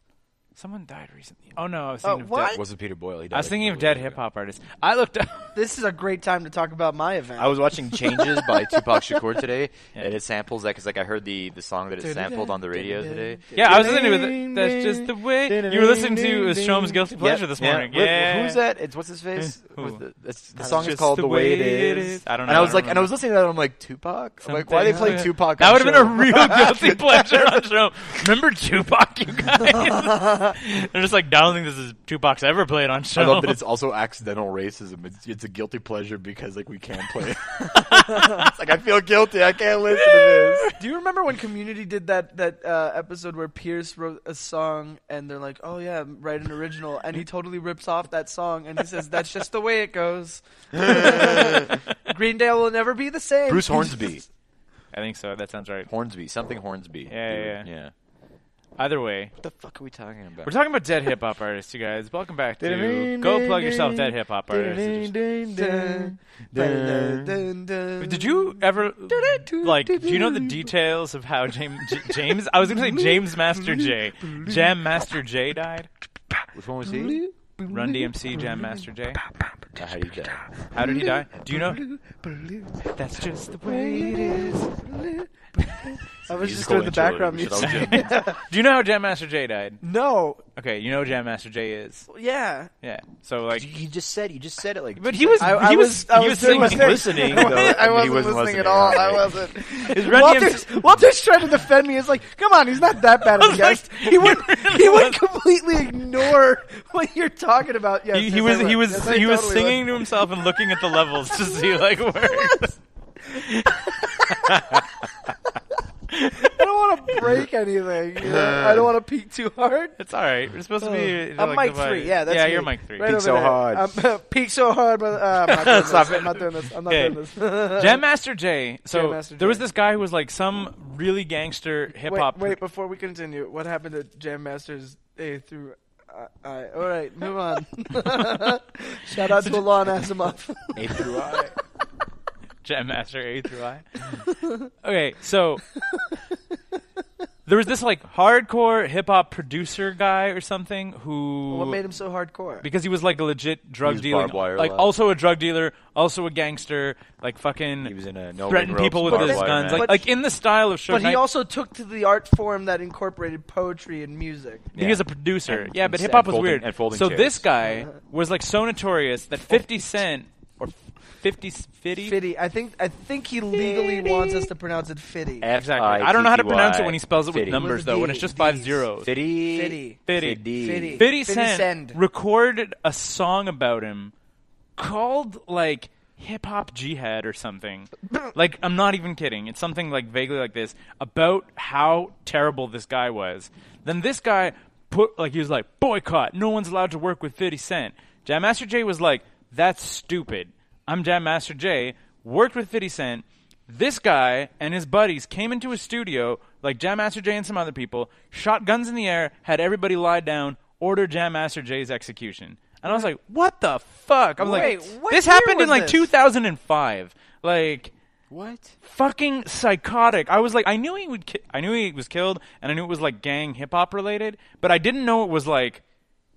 B: Someone died recently. Oh no, I was
D: Uh,
B: thinking of
D: what?
B: dead.
E: Was it Peter Boyle? He died
B: I was
E: a
B: thinking of
E: couple
B: dead
E: years
B: hip
E: ago.
B: hop artists. I looked up.
D: This is a great time to talk about my event.
E: I was watching Changes by Tupac Shakur today, and it samples that because like I heard the, the song that it sampled on the radio today.
B: Yeah, I was listening to it. That's just the way you were listening to. It was Shom's guilty pleasure this morning.
E: Wh- wh-
B: Yeah,
E: Who's that? It's what's his face?
B: Who?
E: What's the it's- the
B: That's
E: song is
B: just
E: called
B: the
E: "The Way It
B: Way It Is.
E: Is."
B: I don't know,
E: And
B: I
E: I was
B: don't
E: like, and I
B: remember.
E: was listening to that, and I'm like, Tupac. I'm like, why they play
B: Something-
E: Tupac?
B: That
E: would
B: would've
E: have
B: been a real guilty pleasure on Shom. Remember Tupac, you guys? They're just like, I don't think this is Tupac's ever played on
E: I
B: Shom.
E: love that it's also accidental racism. It's, it's a guilty pleasure because like we can't play. it. it's like I feel guilty. I can't listen to this.
D: Do you remember when Community did that that uh, episode where Pierce wrote a song and they're like, "Oh yeah, write an original," and he totally rips off that song and he says, "That's just the way it goes." Greendale will never be the same.
E: Bruce Hornsby.
B: I think so. That sounds right.
E: Hornsby. Something Hornsby.
B: Yeah,
E: Dude,
B: yeah, yeah.
E: Oh. yeah.
B: Either way,
E: What the fuck are we talking about?
B: we're talking about dead hip hop artists, you guys. Welcome back to Go Plug Yourself Dead Hip Hop Artists.
D: Dun, dun, dun, dun.
B: Did you ever like? Do you know the details of how James James? I was gonna say James Master J, Jam Master J died.
E: Which one was he?
B: Run DMC, Jam Master J.
E: Uh, How do you die?
B: How did he die? Do you know? That's just the way it is.
D: I was just
E: Musical
D: doing the
E: intro,
D: background
E: we should
D: music.
E: all do-
B: Do you know how Jam Master J died?
D: No.
B: Okay, you know who Jam Master J is.
D: Yeah.
B: Yeah. So like,
E: You just said you just said it like.
B: but he was
D: I- I
B: he was,
D: was- I
B: he was
D: was doing my
B: singing.
D: thing.
E: listening. Though,
D: I
E: mean, he
D: wasn't listening, at all. I wasn't.
B: Is Run
D: Walter's,
B: DMC
D: Walter's trying to defend me. He's like, "Come on, he's not that bad of a guy."
B: like,
D: he would
B: he really
D: he would
B: was.
D: completely ignore what you're talking about. Yes,
B: He,
D: yes,
B: he
D: I
B: was
D: would.
B: he was
D: Yes, I
B: he was
D: totally
B: singing to himself and looking at the levels to see like where.
D: would. I don't want to break anything. you know? I don't want to peek too hard.
B: It's all right. We're supposed to be. like,
D: I'm Oh, mic
B: divided.
D: three. Yeah, that's
B: yeah.
D: me.
B: You're mic three.
D: Right
E: Peek
D: over
E: so
D: there.
E: hard.
D: I'm, peek so hard, but uh, I'm not doing
B: Stop
D: this.
B: it.
D: I'm not doing this. I'm not
B: Okay.
D: doing this.
B: Jam Master J. So
D: Jam Master
B: there was
D: J.
B: this guy who was like some really gangster hip
D: wait,
B: hop.
D: wait, before we continue, what happened to Jam Masters A through? Uh, I. All right, move on. Shout out to Alon Asimov.
E: A through I.
B: Jam Master A through I. okay, so there was this like hardcore hip hop producer guy or something who
D: what made him so hardcore?
B: because he was like a legit drug
E: was
B: dealer,
E: barbed wire
B: like
E: lad.
B: also a drug dealer, also a gangster, like fucking
E: He was in a no
B: threatened
E: ring
B: people
E: ropes,
B: with
E: barbed
B: his
E: wire
B: guns,
E: match.
B: like
D: But-
B: like in the style of Suge
D: But he
B: Knight.
D: also took to the art form that incorporated poetry and music.
B: He was a producer.
E: And-
B: yeah, but
E: and
B: hip hop was
E: folding-
B: weird.
E: and folding
B: so
E: chairs.
B: this guy was like so notorious that 50 Cent or 50 50
D: Fitty. I think I think he legally wants us to pronounce it Fitty.
B: Exactly. I don't know how to pronounce it when he spells it with
E: Fitty.
B: numbers
D: With
B: though. When
D: D,
B: it's just
D: Ds.
B: five zeros.
E: Fitty.
D: Fitty.
B: Fitty. 50
D: Fitty. 50
B: Cent
D: Cent.
B: recorded a song about him called like hip hop jihad or something. like I'm not even kidding. It's something like vaguely like this about how terrible this guy was. Then this guy put like he was like boycott. No one's allowed to work with 50 Cent. Jam Master Jay was like that's stupid. I'm Jam Master Jay. Worked with 50 Cent. This guy and his buddies came into his studio, like Jam Master Jay and some other people, shot guns in the air, had everybody lie down, ordered Jam Master Jay's execution. And I was like, what the fuck? I was
D: Wait,
B: like,
D: what
B: this
D: year
B: happened in
D: was
B: like
D: this?
B: 2005. Like,
E: What?
B: fucking psychotic. I was like, I knew he would, ki- I knew he was killed, and I knew it was like gang hip hop related, but I didn't know it was like,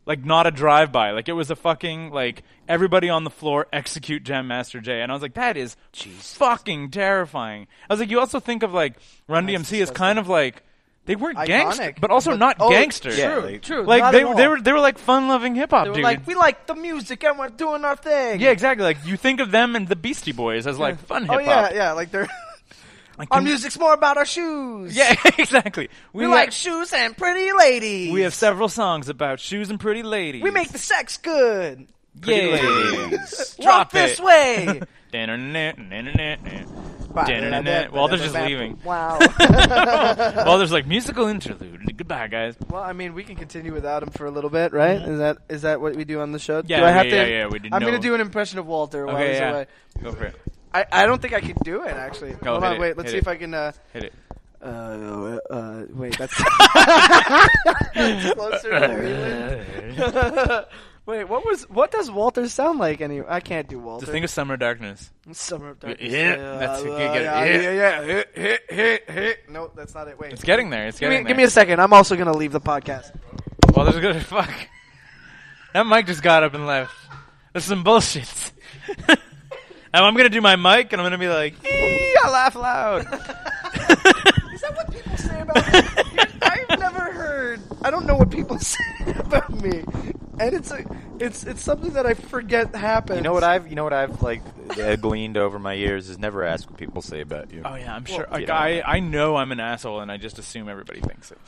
B: like not a drive by. Like it was a fucking like everybody on the floor execute Jam Master Jay, and I was like, that is fucking terrifying. I was like, you also think of like Run DMC as kind of like they weren't gangsters,
D: Iconic,
B: but also
D: but-
B: not
D: oh,
B: gangsters.
E: Yeah,
D: True,
E: like-
D: true.
B: Like
D: not
B: they
D: at all.
B: they were they were like fun loving hip hop
D: They were
B: dudes.
D: like we like the music and we're doing our thing.
B: yeah, exactly. Like you think of them and the Beastie Boys as like fun hip
D: Oh
B: hop.
D: yeah, yeah. Like they're
B: Like,
D: our
B: can-
D: music's more about our shoes.
B: Yeah, exactly.
D: we,
B: have-
D: like shoes and pretty ladies.
B: We have several songs about shoes and pretty ladies.
D: we make the sex good.
B: yeah.
D: Walk
B: Drop
D: this
B: it.
D: way.
B: Walter's just leaving.
D: Wow.
B: Walter's like musical interlude. Goodbye, guys.
D: Well, I mean, we can continue without him for a little bit, right? Is that is that what we do on the show?
B: Yeah,
D: do I have
B: yeah,
D: to,
B: yeah, yeah, we did
D: I'm
B: know.
D: gonna do an impression of Walter while
B: Okay,
D: he's
B: yeah.
D: away.
B: Go for it.
D: I, I don't think I could do it actually.
B: Go,
D: Hold
B: hit
D: on,
B: it,
D: wait. Let's
B: hit
D: see
B: it.
D: if I can. Uh,
B: Hit it.
D: uh, uh, wait, that's That's closer to Greenland. wait, what was what does Walter sound like anyway? I can't do Walter.
B: Just think of summer darkness.
D: Summer of Darkness.
B: Yeah, that's- you get it.
D: yeah,
B: Yeah.
D: yeah, yeah, hit, hit, hit, hit. No, that's not it. Wait,
B: It's getting there. It's
D: give,
B: getting
D: me,
B: there.
D: give me a second. I'm also gonna leave the podcast.
B: Well, there's good. Fuck. That mic just got up and left. That's some bullshit. and I'm gonna do my mic, and I'm gonna be like, "Ee, I laugh loud.
D: Is that what people say about me? I've never heard. I don't know what people say about me, and it's a, it's it's something that I forget happens.
E: You know what I've you know what I've like uh, gleaned over my years is never ask what people say about you.
B: oh yeah, I'm sure. Like,
E: know.
B: I, I know I'm an asshole, and I just assume everybody thinks it.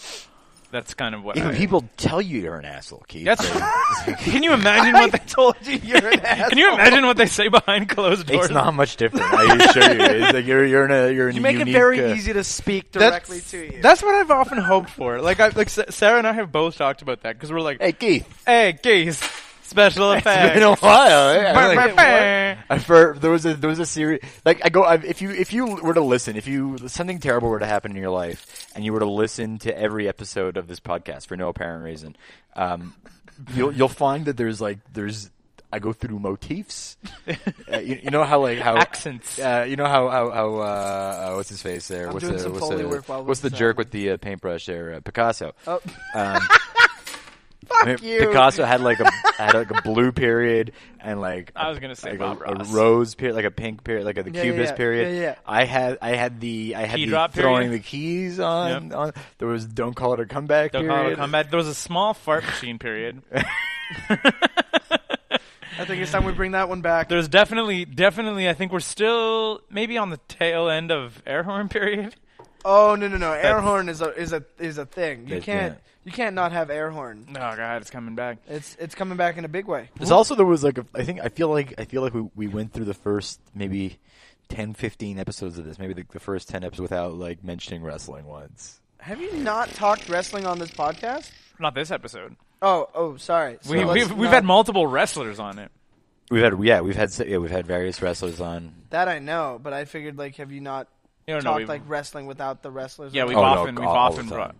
B: That's kind of what.
E: Even
B: I,
E: people tell you you're an asshole, Keith.
B: That's.
E: So
B: can you imagine what they told you?
D: You're an asshole.
B: Can you imagine what they say behind closed doors?
E: it's not much different. I assure you, it's like you're you're in a you're in
D: You
E: a
D: make
E: unique,
D: it very
E: uh,
D: easy to speak
B: That's-
D: directly to you.
B: That's what I've often hoped for. Like, I, like Sa- Sarah and I have both talked about that because we're like,
E: Hey Keith,
B: hey, geez, special
E: it's
B: effects.
E: been a while. eh? I'm
B: Bah,
E: like-
B: bah,
E: I for, there was a there was a series like I go I, if you if you were to listen if you something terrible were to happen in your life and you were to listen to every episode of this podcast for no apparent reason, um, you'll you'll find that there's like there's I go through motifs. Uh, you, you know how like how
B: Accents.
E: Uh, you know how how, how uh, uh, what's his face there? what's
D: doing
E: the,
D: some
E: what's
D: Foley
E: the,
D: work while
E: what's the
D: this is
E: jerk with the uh, paintbrush there? Uh, Picasso.
D: Oh.
E: Um, I mean,
D: you.
E: Picasso had like a had like a blue period and like
B: I
E: a-
B: was gonna say
E: like
B: Bob
E: a, a
B: Ross.
E: rose period, like a pink period, like a the
D: Yeah, yeah,
E: cubist
D: yeah.
E: period.
D: Yeah, yeah.
E: I had I had the I had
B: Key
E: the
B: drop period.
E: throwing the keys on,
B: Yep.
E: on. There was don't call it a comeback.
B: Don't
E: period.
B: call it a combat. There was a small fart machine period.
D: I think it's time we bring that one back.
B: There's definitely, definitely. I think we're still maybe on the tail end of air horn period.
D: oh no no no! Air horn is a is a is a thing. You
E: That's-
D: can't
E: yeah.
D: you can't not have air horn.
B: Oh god, it's coming back.
D: It's it's coming back in a big way.
E: There's also there was like a, I think I feel like I feel like we we went through the first maybe 10, 15 episodes of this, maybe the, the first ten episodes without like mentioning wrestling once.
D: Have you not talked wrestling on this podcast?
B: Not this episode.
D: Oh oh sorry. So
B: We,
D: let's
B: we've we've
D: not-
B: had multiple wrestlers on it.
E: We've had yeah we've had s- yeah we've had various wrestlers on.
D: that I know, but I figured like have you not
B: You know,
D: talked
B: we-
D: like wrestling without the wrestlers?
B: yeah,
D: on
B: we've
E: Oh, no,
B: often we've
E: all- all
B: often
E: the
B: brought.
E: time.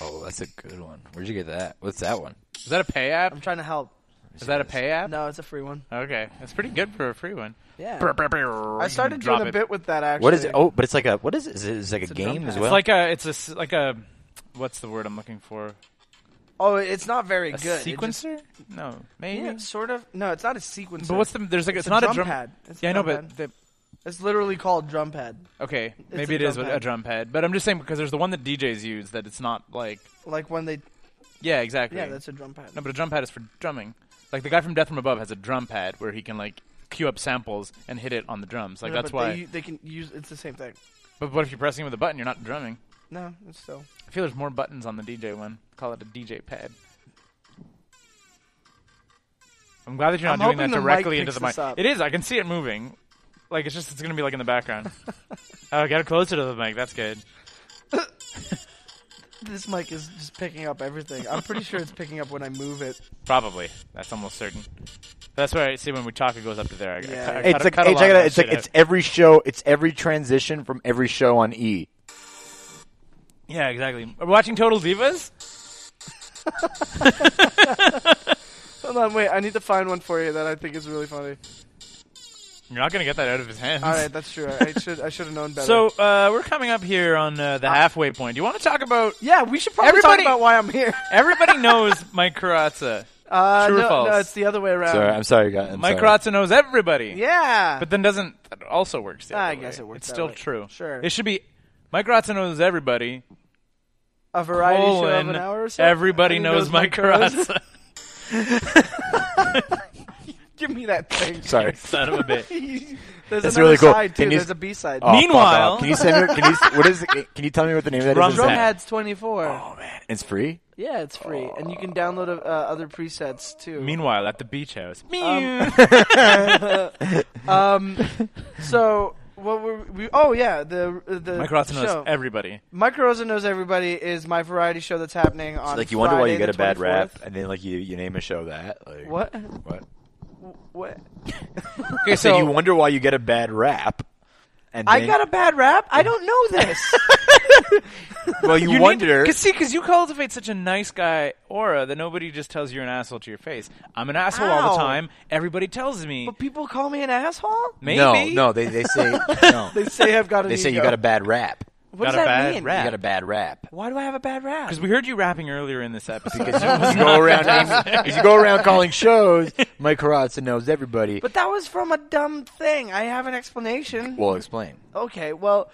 E: Oh, that's a good one. Where'd you get that? What's that one?
B: Is that a pay
D: I'm
B: app?
D: trying to help.
B: Is that a pay app?
D: No, it's a free one.
B: Okay, that's pretty good for a free one.
D: Yeah.
B: I
D: I started doing a bit with that actually.
E: What is it? Oh, but it's like a what is it? Is it it's like a, game as
D: pad.
E: well?
B: It's like a, it's a, s- like a, what's the word I'm looking for?
D: Oh, it's not very
B: A
D: good. It just-
B: sequencer? no, maybe.
D: yeah, sort of. No, it's not a sequencer.
B: But what's the? There's like it's,
D: It's a
B: not
D: drum
B: a drum
D: pad. It's a
B: yeah, I know,
D: drum
B: but the,
D: It's literally called drum pad,
B: okay,
D: a
B: maybe it
D: drum
B: is with
D: pad.
B: a drum pad. But I'm just saying because there's the one that DJs use that it's not like
D: like when they.
B: yeah, exactly.
D: Yeah, that's a drum pad.
B: no, but a drum pad is for drumming. Like the guy from Death from Above has a drum pad where he can like cue up samples and hit it on the drums. Like
D: No,
B: that's
D: but
B: why.
D: they, u- they can use. It's the same thing.
B: but what if you're pressing with a button? You're not drumming.
D: No, it's still.
B: I feel there's more buttons on the DJ one. Call it a DJ pad. I'm glad that you're not
D: I'm
B: doing that
D: hoping the mic
B: directly into
D: picks
B: the mic.
D: this up.
B: It is. I can see it moving. Like it's just it's gonna be like in the background. oh, get it closer to the mic. That's good.
D: This mic is just picking up everything. I'm pretty sure it's picking up when I move it.
B: Probably. That's almost certain. That's where I see when we talk, it goes up to there. I, I
D: Yeah,
B: cut-
D: yeah.
B: I
E: Hey,
B: cut
E: it's
B: a-
E: like,
B: cut a
E: hey,
B: lot of
E: check it
B: that
E: out. It's
B: shit
E: like
B: out.
E: it's every show. It's every transition from every show on E.
B: yeah, exactly. Are we watching Total Divas?
D: Hold on, wait. I need to find one for you that I think is really funny.
B: You're not gonna get that out of his hands.
D: All right, that's true. I should I should have known better.
B: So uh, we're coming up here on uh, the halfway point. Do you want to talk about?
D: yeah, we should probably
B: Everybody-
D: talk about why I'm here.
B: Everybody knows Mike Karatza.
D: Uh,
B: True or
D: no, No,
B: false?
D: it's the other way around.
B: Uh,
E: Sorry, I'm sorry, guys. I'm
B: Mike
E: sorry.
B: Karatza knows everybody.
D: Yeah.
B: But then doesn't that also works? The
D: I
B: other
D: guess
B: way.
D: it works
B: It's
D: that
B: still
D: way.
B: true.
D: Sure.
B: It should be. Mike Karatza knows everybody.
D: a variety show of
B: colon,
D: an hour or so.
B: Everybody
D: Who
B: knows, Mike Karatza.
D: Give me that thing.
E: Sorry. Oh,
B: Son of a bitch.
D: There's
E: That's
D: another
E: really cool.
D: side too.
E: Can you-
D: There's a B side.
E: Oh, fuck
B: Meanwhile-
E: off. can you send me? Can you, s- what is? it- Can you tell me what the name of that is?
B: Drum
E: Is?
B: pad.
E: that-
D: Drumhead's 24.
E: Oh man, it's free.
D: Yeah, it's free, and you can download uh, other presets too. Um,
B: Meanwhile, at the beach house.
D: Um, so What were we? Oh yeah, the the
B: Mike Rotson
D: show.
B: knows everybody.
D: Mike Rosa knows everybody is my variety show that's happening on.
E: like you wonder why you
D: Friday
E: get a
D: the
E: bad rap,
D: 24th.
E: and then like you, you name a show that. Like,
D: What?
E: What?
D: What?
E: Okay, so, you wonder why you get a bad rap, and
D: I
E: then-
D: got a bad rap. I don't know this.
E: well, you,
B: need-
E: wonder.
B: cause, see, because you cultivate such a nice guy aura that nobody just tells you're an asshole to your face. I'm an asshole all the
D: Ow.
B: time. Everybody tells me.
D: but people call me an asshole.
B: Maybe.
E: No, no, they they say no.
D: They say I've got an
E: they say you
D: ego.
E: got a bad rap.
D: What
B: got
D: does
B: a
D: that
B: bad
D: mean?
B: rap.
E: You got a bad rap.
D: Why do I have a bad rap?
B: Because we heard you rapping earlier in this episode.
E: Because you, you go around, naming- you go around calling shows. Mike Carrozza knows everybody.
D: But that was from a dumb thing. I have an explanation.
E: well, explain.
D: Okay, well,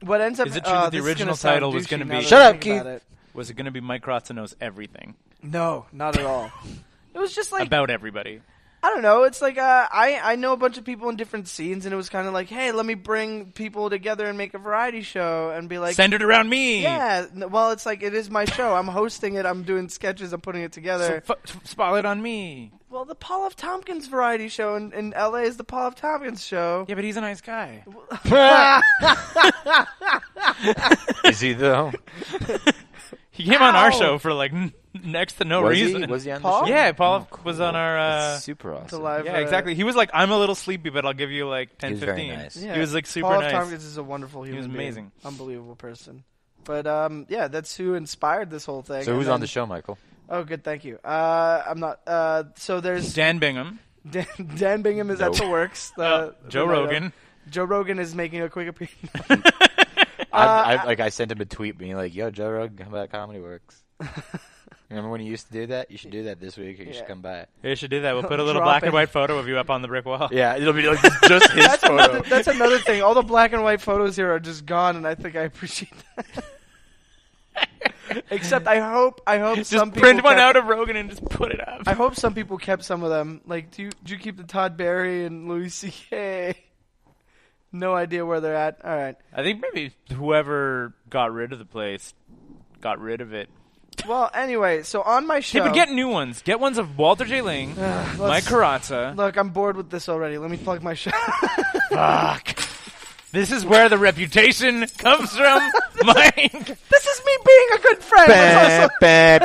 D: what ends up
B: Is it true
D: uh,
B: that the
D: this is
B: original
D: gonna sound
B: title was
D: douchey
B: gonna
D: now
B: be-
D: that
E: Shut
D: I
E: up,
D: think about
E: Keith.
D: it.
B: was it going to be Mike Rotson knows everything
D: No, not at all. it was just like
B: about everybody?
D: I don't know. It's like uh, I I know a bunch of people in different scenes, and it was kind of like, hey, let me bring people together and make a variety show, and be like,
B: Send it around me.
D: yeah. n- Well, it's like it is my show. I'm hosting it. I'm doing sketches. I'm putting it
B: So
D: together.
B: f- f- spotlight on me.
D: well, the Paul F. Tompkins variety show in, in L.A. is the Paul F. Tompkins show.
B: Yeah, but he's a nice guy.
E: Is he though?
B: He came on our
D: Ow.
B: show for like n- next to no
E: was
B: reason.
E: he? Was he on
D: Paul?
E: the show?
B: yeah, Paul was on our. Uh,
E: super awesome.
D: The live,
B: yeah,
D: uh,
B: exactly. He was like, I'm a little sleepy, but I'll give you like 10,
E: He was very
B: 15.
E: nice.
D: Yeah.
B: He was like super
D: Paul F.
B: nice.
D: Tompkins is a wonderful human.
B: was
D: being.
B: amazing.
D: unbelievable person. But um, yeah, that's who inspired this whole thing.
E: So
D: And
E: who's on
D: then-
E: the show, Michael?
D: Oh, good, thank you. Uh, I'm not. Uh, so there's
B: Dan Bingham,
D: Dan, Dan Bingham is at
E: Nope.
D: the works. The,
B: uh,
D: the
B: Joe
D: writer.
B: Rogan.
D: Joe Rogan is making a quick appearance. Uh,
E: I, I, like I sent him a tweet being like, "Yo, Joe Rogan, come by Comedy Works." Remember when you used to do that? You should do that this week. Or you
D: Yeah.
E: should come by.
B: You should do that. We'll put a little
D: Drop
B: black
D: it.
B: and white photo of you up on the brick wall.
E: Yeah, it'll be like just his photo.
D: That's another thing. All the black and white photos here are just gone, and I think I appreciate that. Except I hope I hope some
B: Just print
D: people
B: one
D: kept,
B: out of Rogan and just put it up.
D: I hope some people kept some of them. Like, do you do you keep the Todd Berry and Louis C.K.? No idea where they're at. All right.
B: I think maybe whoever got rid of the place got rid of it.
D: Well, anyway, so on my show,
B: Hey, but get new ones. Get ones of Walter J. Ling, Mike Carranza.
D: look, I'm bored with this already. Let me plug my show.
B: This is where the reputation comes from, Mike.
D: this is me being a good friend. That's also-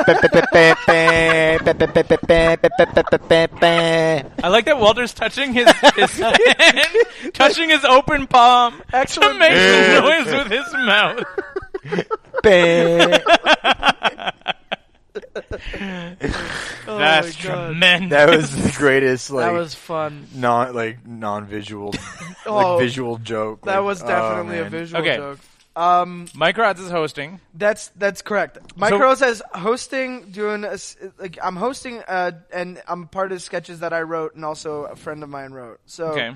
B: I like that Walter's touching his, his hand, touching his open palm to
D: Excellent.
B: make the noise with his mouth. That's
D: Oh God.
B: tremendous.
E: that was the greatest, like
D: that was fun.
E: non, like non-visual,
D: Oh,
E: like visual joke.
D: That
E: like,
D: was
E: oh,
D: definitely a
E: man.
D: visual
B: Okay.
D: joke. Um,
B: Mike Rods is hosting.
D: that's that's correct. Mike
B: So-
D: Rosa is hosting, doing a s like I'm hosting, uh, and I'm part of the sketches that I wrote, and also a friend of mine wrote. So
B: Okay.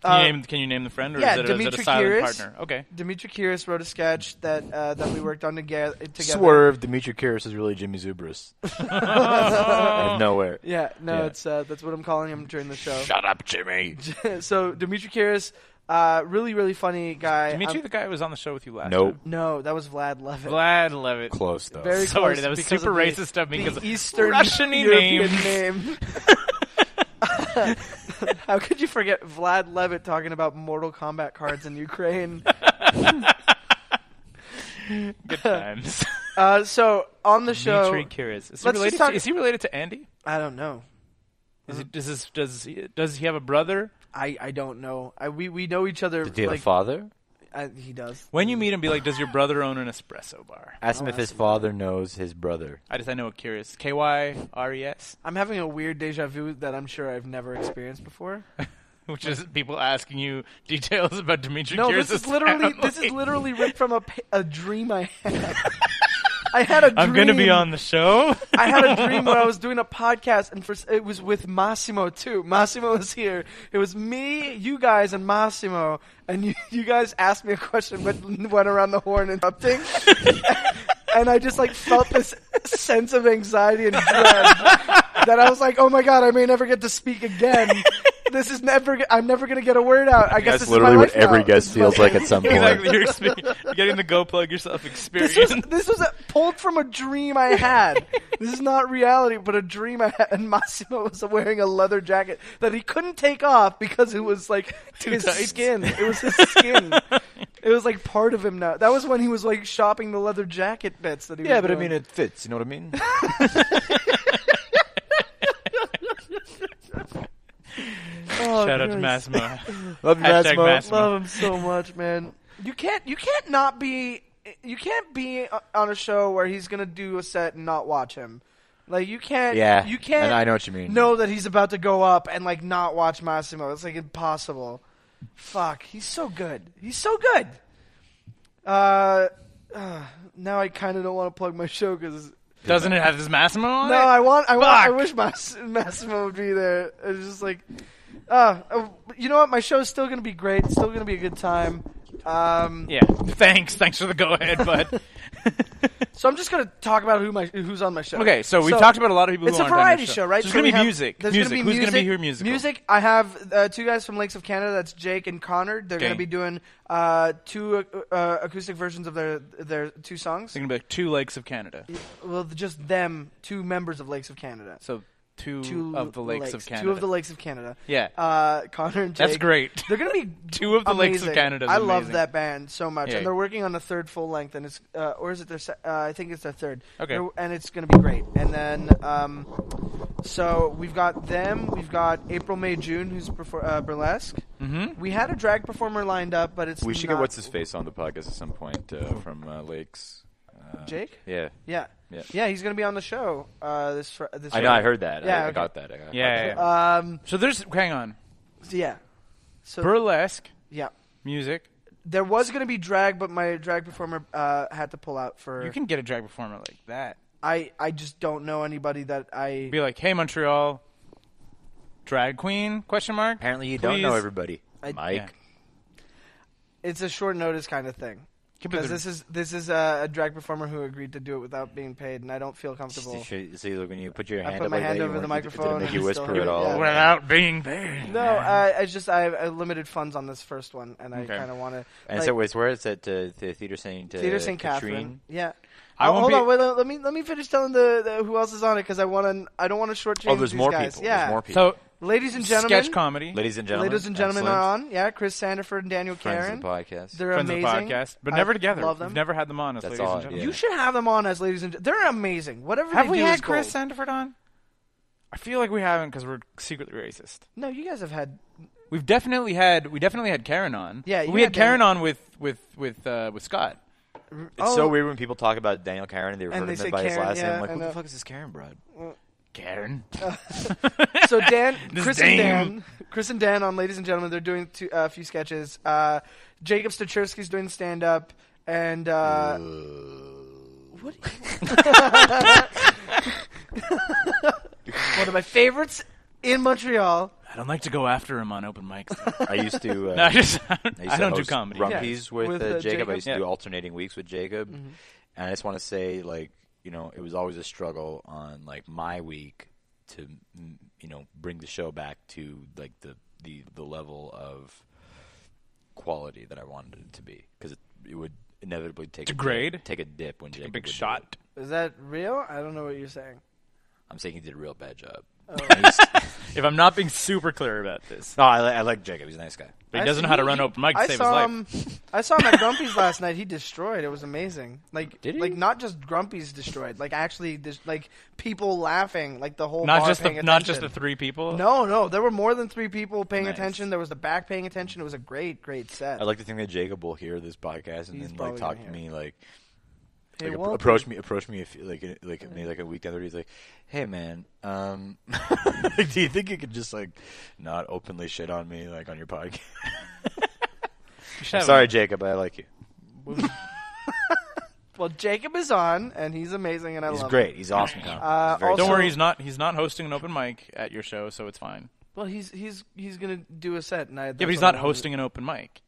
B: Can,
D: Oh. uh,
B: you name, can you name the friend, or
D: yeah,
B: is, it a, is it a
D: Dimitri
B: silent
D: Kiris.
B: partner? Okay.
D: Dimitri Kiris wrote a sketch that uh, that we worked on together. together.
E: Swerve, Dimitri Kiris is really Jimmy Zubris. Out of nowhere.
D: Yeah, no,
E: Yeah.
D: it's uh, that's what I'm calling him during the show.
E: Shut up, Jimmy.
D: so Dimitri Kiris, uh, really really funny guy.
B: Dimitri,
D: I'm-
B: the guy who was on the show with you last
E: Nope.
D: no, that was Vlad Levitt.
B: time. Vlad Levitt.
E: Close though.
D: Very
B: Sorry,
D: close
B: that was
D: because
B: super
D: of the-
B: racist of me
D: the
B: because of
D: Eastern
B: Russian-y
D: European
B: names.
D: name. How could you forget Vlad Levitt talking about Mortal Kombat cards in Ukraine?
B: Good times.
D: Uh, so on the show,
B: Dimitri Kiris. Is he,
D: let's
B: related
D: just talk-
B: to, is he related to Andy?
D: I don't know.
B: Is he, does, his, does, he, does he have a brother?
D: I, I don't know. I we, we know each other.
E: Did he have
D: like
E: a father?
D: I, he does.
B: When you meet him, be like, does your brother own an espresso bar?
E: Ask him if his father knows his brother.
B: I just I know a Kiris. K Y R E S,
D: I'm having a weird deja vu that I'm sure I've never experienced before.
B: which is people asking you details about Dimitri
D: No,
B: Kiris.
D: this is literally this is literally ripped from a, pa- a dream I had. I had a dream.
B: I'm going to be on the show.
D: I had a dream where I was doing a podcast, and for, it was with Massimo too. Massimo was here. It was me, you guys, and Massimo. And you, you guys asked me a question, but went around the horn interrupting. and I just like felt this sense of anxiety and dread that I was like, oh my god, I may never get to speak again. this is never. g- I'm never gonna get a word out. I guess
F: That's
D: this
F: literally
D: is my
F: what
D: life now.
F: every
D: This
F: guest
D: is my-
F: feels like at some point.
B: Exactly. You're, expe- you're getting the go plug yourself experience.
D: This was this was a, pulled from a dream I had. this is not reality, but a dream I had. And Massimo was wearing a leather jacket that he couldn't take off because it was like
B: Too
D: his
B: tight.
D: skin. It was his skin. it was like part of him now. That was when he was like shopping the leather jacket bits that he.
E: Yeah,
D: was
E: but I
D: doing.
E: mean, it fits. You know what I mean?
D: Oh,
B: Shout out to
D: Christ.
B: Massimo.
E: Love you,
B: Hashtag
E: Massimo.
B: Massimo.
D: Love him so much, man. You can't. You can't not be. You can't be o- on a show where he's gonna do a set and not watch him. Like you can't.
E: Yeah,
D: You can't.
E: and I know what you mean.
D: Know that he's about to go up and like not watch Massimo. It's like impossible. Fuck. He's so good. He's so good. Uh, uh, now I kind of don't want to plug my show because
B: Doesn't it have this Massimo on
D: no,
B: it?
D: I want. I want. I
B: Fuck.
D: wish Mass, Massimo would be there. It's just like, uh, oh, you know what? My show's still gonna be great. It's still gonna be a good time. Um,
B: Yeah. Thanks. Thanks for the go ahead, bud.
D: so I'm just gonna talk about who my who's on my show.
B: Okay, so we've talked about a lot of people who
D: It's a
B: aren't on your
D: variety
B: show.
D: show. right?
B: So there's
D: So
B: gonna
D: we
B: be
D: have-
B: music.
D: there's
B: Music.
D: Gonna be
B: Who's gonna
D: music.
B: be here musical?
D: Music. I have uh, two guys from Lakes of Canada. That's Jake and Connor. They're
B: Okay.
D: gonna be doing uh, two uh, uh, acoustic versions of their their two songs.
B: It's gonna be like two lakes of Canada.
D: Well, just them, two members of Lakes of Canada.
B: So two,
D: Two
B: of the lakes, of Canada.
D: Two of the lakes of Canada.
B: Yeah.
D: Uh, Connor and Jake.
B: That's great.
D: They're gonna be
B: Two of the lakes of
D: amazing.
B: Canada is
D: I love
B: amazing.
D: that band so much,
B: Yeah.
D: and they're working on a third full length, and it's uh, or is it their? Se- uh, I think it's their third.
B: Okay.
D: They're- and it's gonna be great. And then, um, so we've got them. We've got April, May, June, who's perfor- uh, burlesque. Mm-hmm. We had a drag performer lined up, but it's
E: We should
D: not-
E: get what's his face on the podcast at some point uh, from uh, Lakes. Uh,
D: Jake?
E: Yeah.
D: Yeah.
E: Yeah.
D: he's gonna be on the show. Uh, this fr- this.
E: I know. I heard that.
D: Yeah,
E: I, I
D: okay.
E: got that. I got
B: yeah, yeah, yeah.
D: Um,
B: so there's hang on.
D: so yeah. So
B: Burlesque
D: yeah.
B: music.
D: There was gonna be drag, but my drag performer uh, had to pull out for.
B: You can get a drag performer like that.
D: I I just don't know anybody that I.
B: Be like, hey Montreal, drag queen? Question mark.
E: Apparently, you don't know
B: Please.
E: everybody. Mike.
B: Yeah.
D: It's a short notice kind of thing.
B: Keep it
D: Because
B: the-
D: this is this is a, a drag performer who agreed to do it without being paid, and I don't feel comfortable.
E: See, look, when you put your
D: I
E: hand
D: put
E: up
D: my
E: like
D: hand
E: that, you
D: over the
E: weren't- It
D: microphone
E: didn't make
D: and
E: you
D: I still
E: whisper
D: heard
E: at
D: it,
E: all.
D: yeah.
B: Without being paid.
D: No, I, I just I have uh, limited funds on this first one, and I
B: Okay.
D: kind of want to.
E: And so it's where it's at uh, the theater Saint uh,
D: Theater St.
E: Catherine.
D: Catherine. Yeah.
B: I
D: Oh,
B: won't
D: hold
B: be-
D: on. Wait, let let me let me finish telling the, the who else is on it because I want to. I don't want to shortchange
E: Oh, there's
D: these
E: more
D: guys.
E: people.
D: Yeah.
E: There's more people.
B: So
D: Ladies and gentlemen.
B: sketch comedy.
E: ladies and gentlemen,
D: Ladies and gentlemen
E: excellent.
D: are on. Yeah, Chris Sanderford and Daniel
E: Friends
D: Karen.
E: of the podcast.
D: They're
B: Friends
D: amazing.
B: of the podcast, but
D: I
B: never together.
D: Love them.
B: We've never had them on as
E: That's
B: ladies
E: all,
B: and gentlemen.
E: yeah.
D: You should have them on as ladies and gen- they're amazing. Whatever
B: Have
D: they
B: we
D: do
B: had
D: is
B: Chris
D: gold.
B: Sandiford on? I feel like we haven't because we're secretly racist.
D: No, you guys have had.
B: We've definitely had we definitely had Karen on.
D: Yeah,
B: But
D: you
B: we had
D: had Dan-
B: Karen on with with with uh, with Scott.
E: It's
D: Oh.
E: so weird when people talk about Daniel Karen and they refer
D: And
E: to
D: they
E: him
D: say
E: by his
D: Karen,
E: last name.
D: yeah,
E: I'm like,
D: I
E: what the
D: know.
E: fuck is this Karen, Brad?
B: Karen.
D: So Dan,
B: This
D: Chris
B: Dan.
D: and Dan, Chris and Dan on Ladies and Gentlemen. They're doing two- uh, a few sketches. Uh, Jacob Stachersky's doing stand up, and uh, what? One of my favorites in Montreal.
B: I don't like to go after him on open mics.
E: I used to. Uh,
B: I just I
E: I
B: don't,
E: used
B: I
E: to
B: don't do
E: host
B: comedy.
E: Rumpies with,
D: With,
E: uh,
D: uh,
E: Jacob.
D: Jacob?
E: I used to
B: Yeah.
E: do alternating weeks with Jacob, and I just want to say, like, you know, it was always a struggle on like my week to, mm, you know, bring the show back to like the the the level of quality that I wanted it to be because it, it would inevitably take a
B: Degrade?
E: dip, take a dip when Jacob
B: Big
E: would do it.
B: shot.
D: Is that real? I don't know what you're saying.
E: I'm saying he did a real bad job. And he's-
B: If I'm not being super clear about this,
E: no, I, li- I like Jacob. He's a nice guy.
B: but he
D: I
B: doesn't
D: see-
B: know how to run open mic to
D: I
B: save his
D: saw
B: life.
D: him. I saw him at Grumpy's last night. He destroyed. It was amazing. Like,
E: Did he?
D: like not just Grumpy's destroyed. Like actually, dis- like people laughing. Like the whole
B: Not
D: bar
B: just the
D: paying
B: not just the
D: attention.
B: three people.
D: No, no, there were more than three people paying
B: Nice.
D: attention. There was the back paying attention. It was a great, great set.
E: I like to think that Jacob will hear this podcast and
D: He's
E: then like
D: probably
E: talk
D: gonna
E: to
D: hear
E: me like,
D: Hey,
E: like, appro-
D: Walter.
E: approach me approach me if like in- like maybe like a week down the road he's like, hey man, um, like, do you think you could just like not openly shit on me like on your podcast?
B: You should
E: I'm
B: have
E: sorry, Jacob, I like you.
D: well, Jacob is on, and he's amazing, and I
E: He's
D: love.
E: great. He's awesome. Connor.
D: Uh,
E: He's very
B: Don't
D: also-
B: worry, he's not he's not hosting an open mic at your show, so it's fine.
D: Him. Well, he's he's he's gonna do a set, and I.
B: Yeah, but he's not hosting an open mic.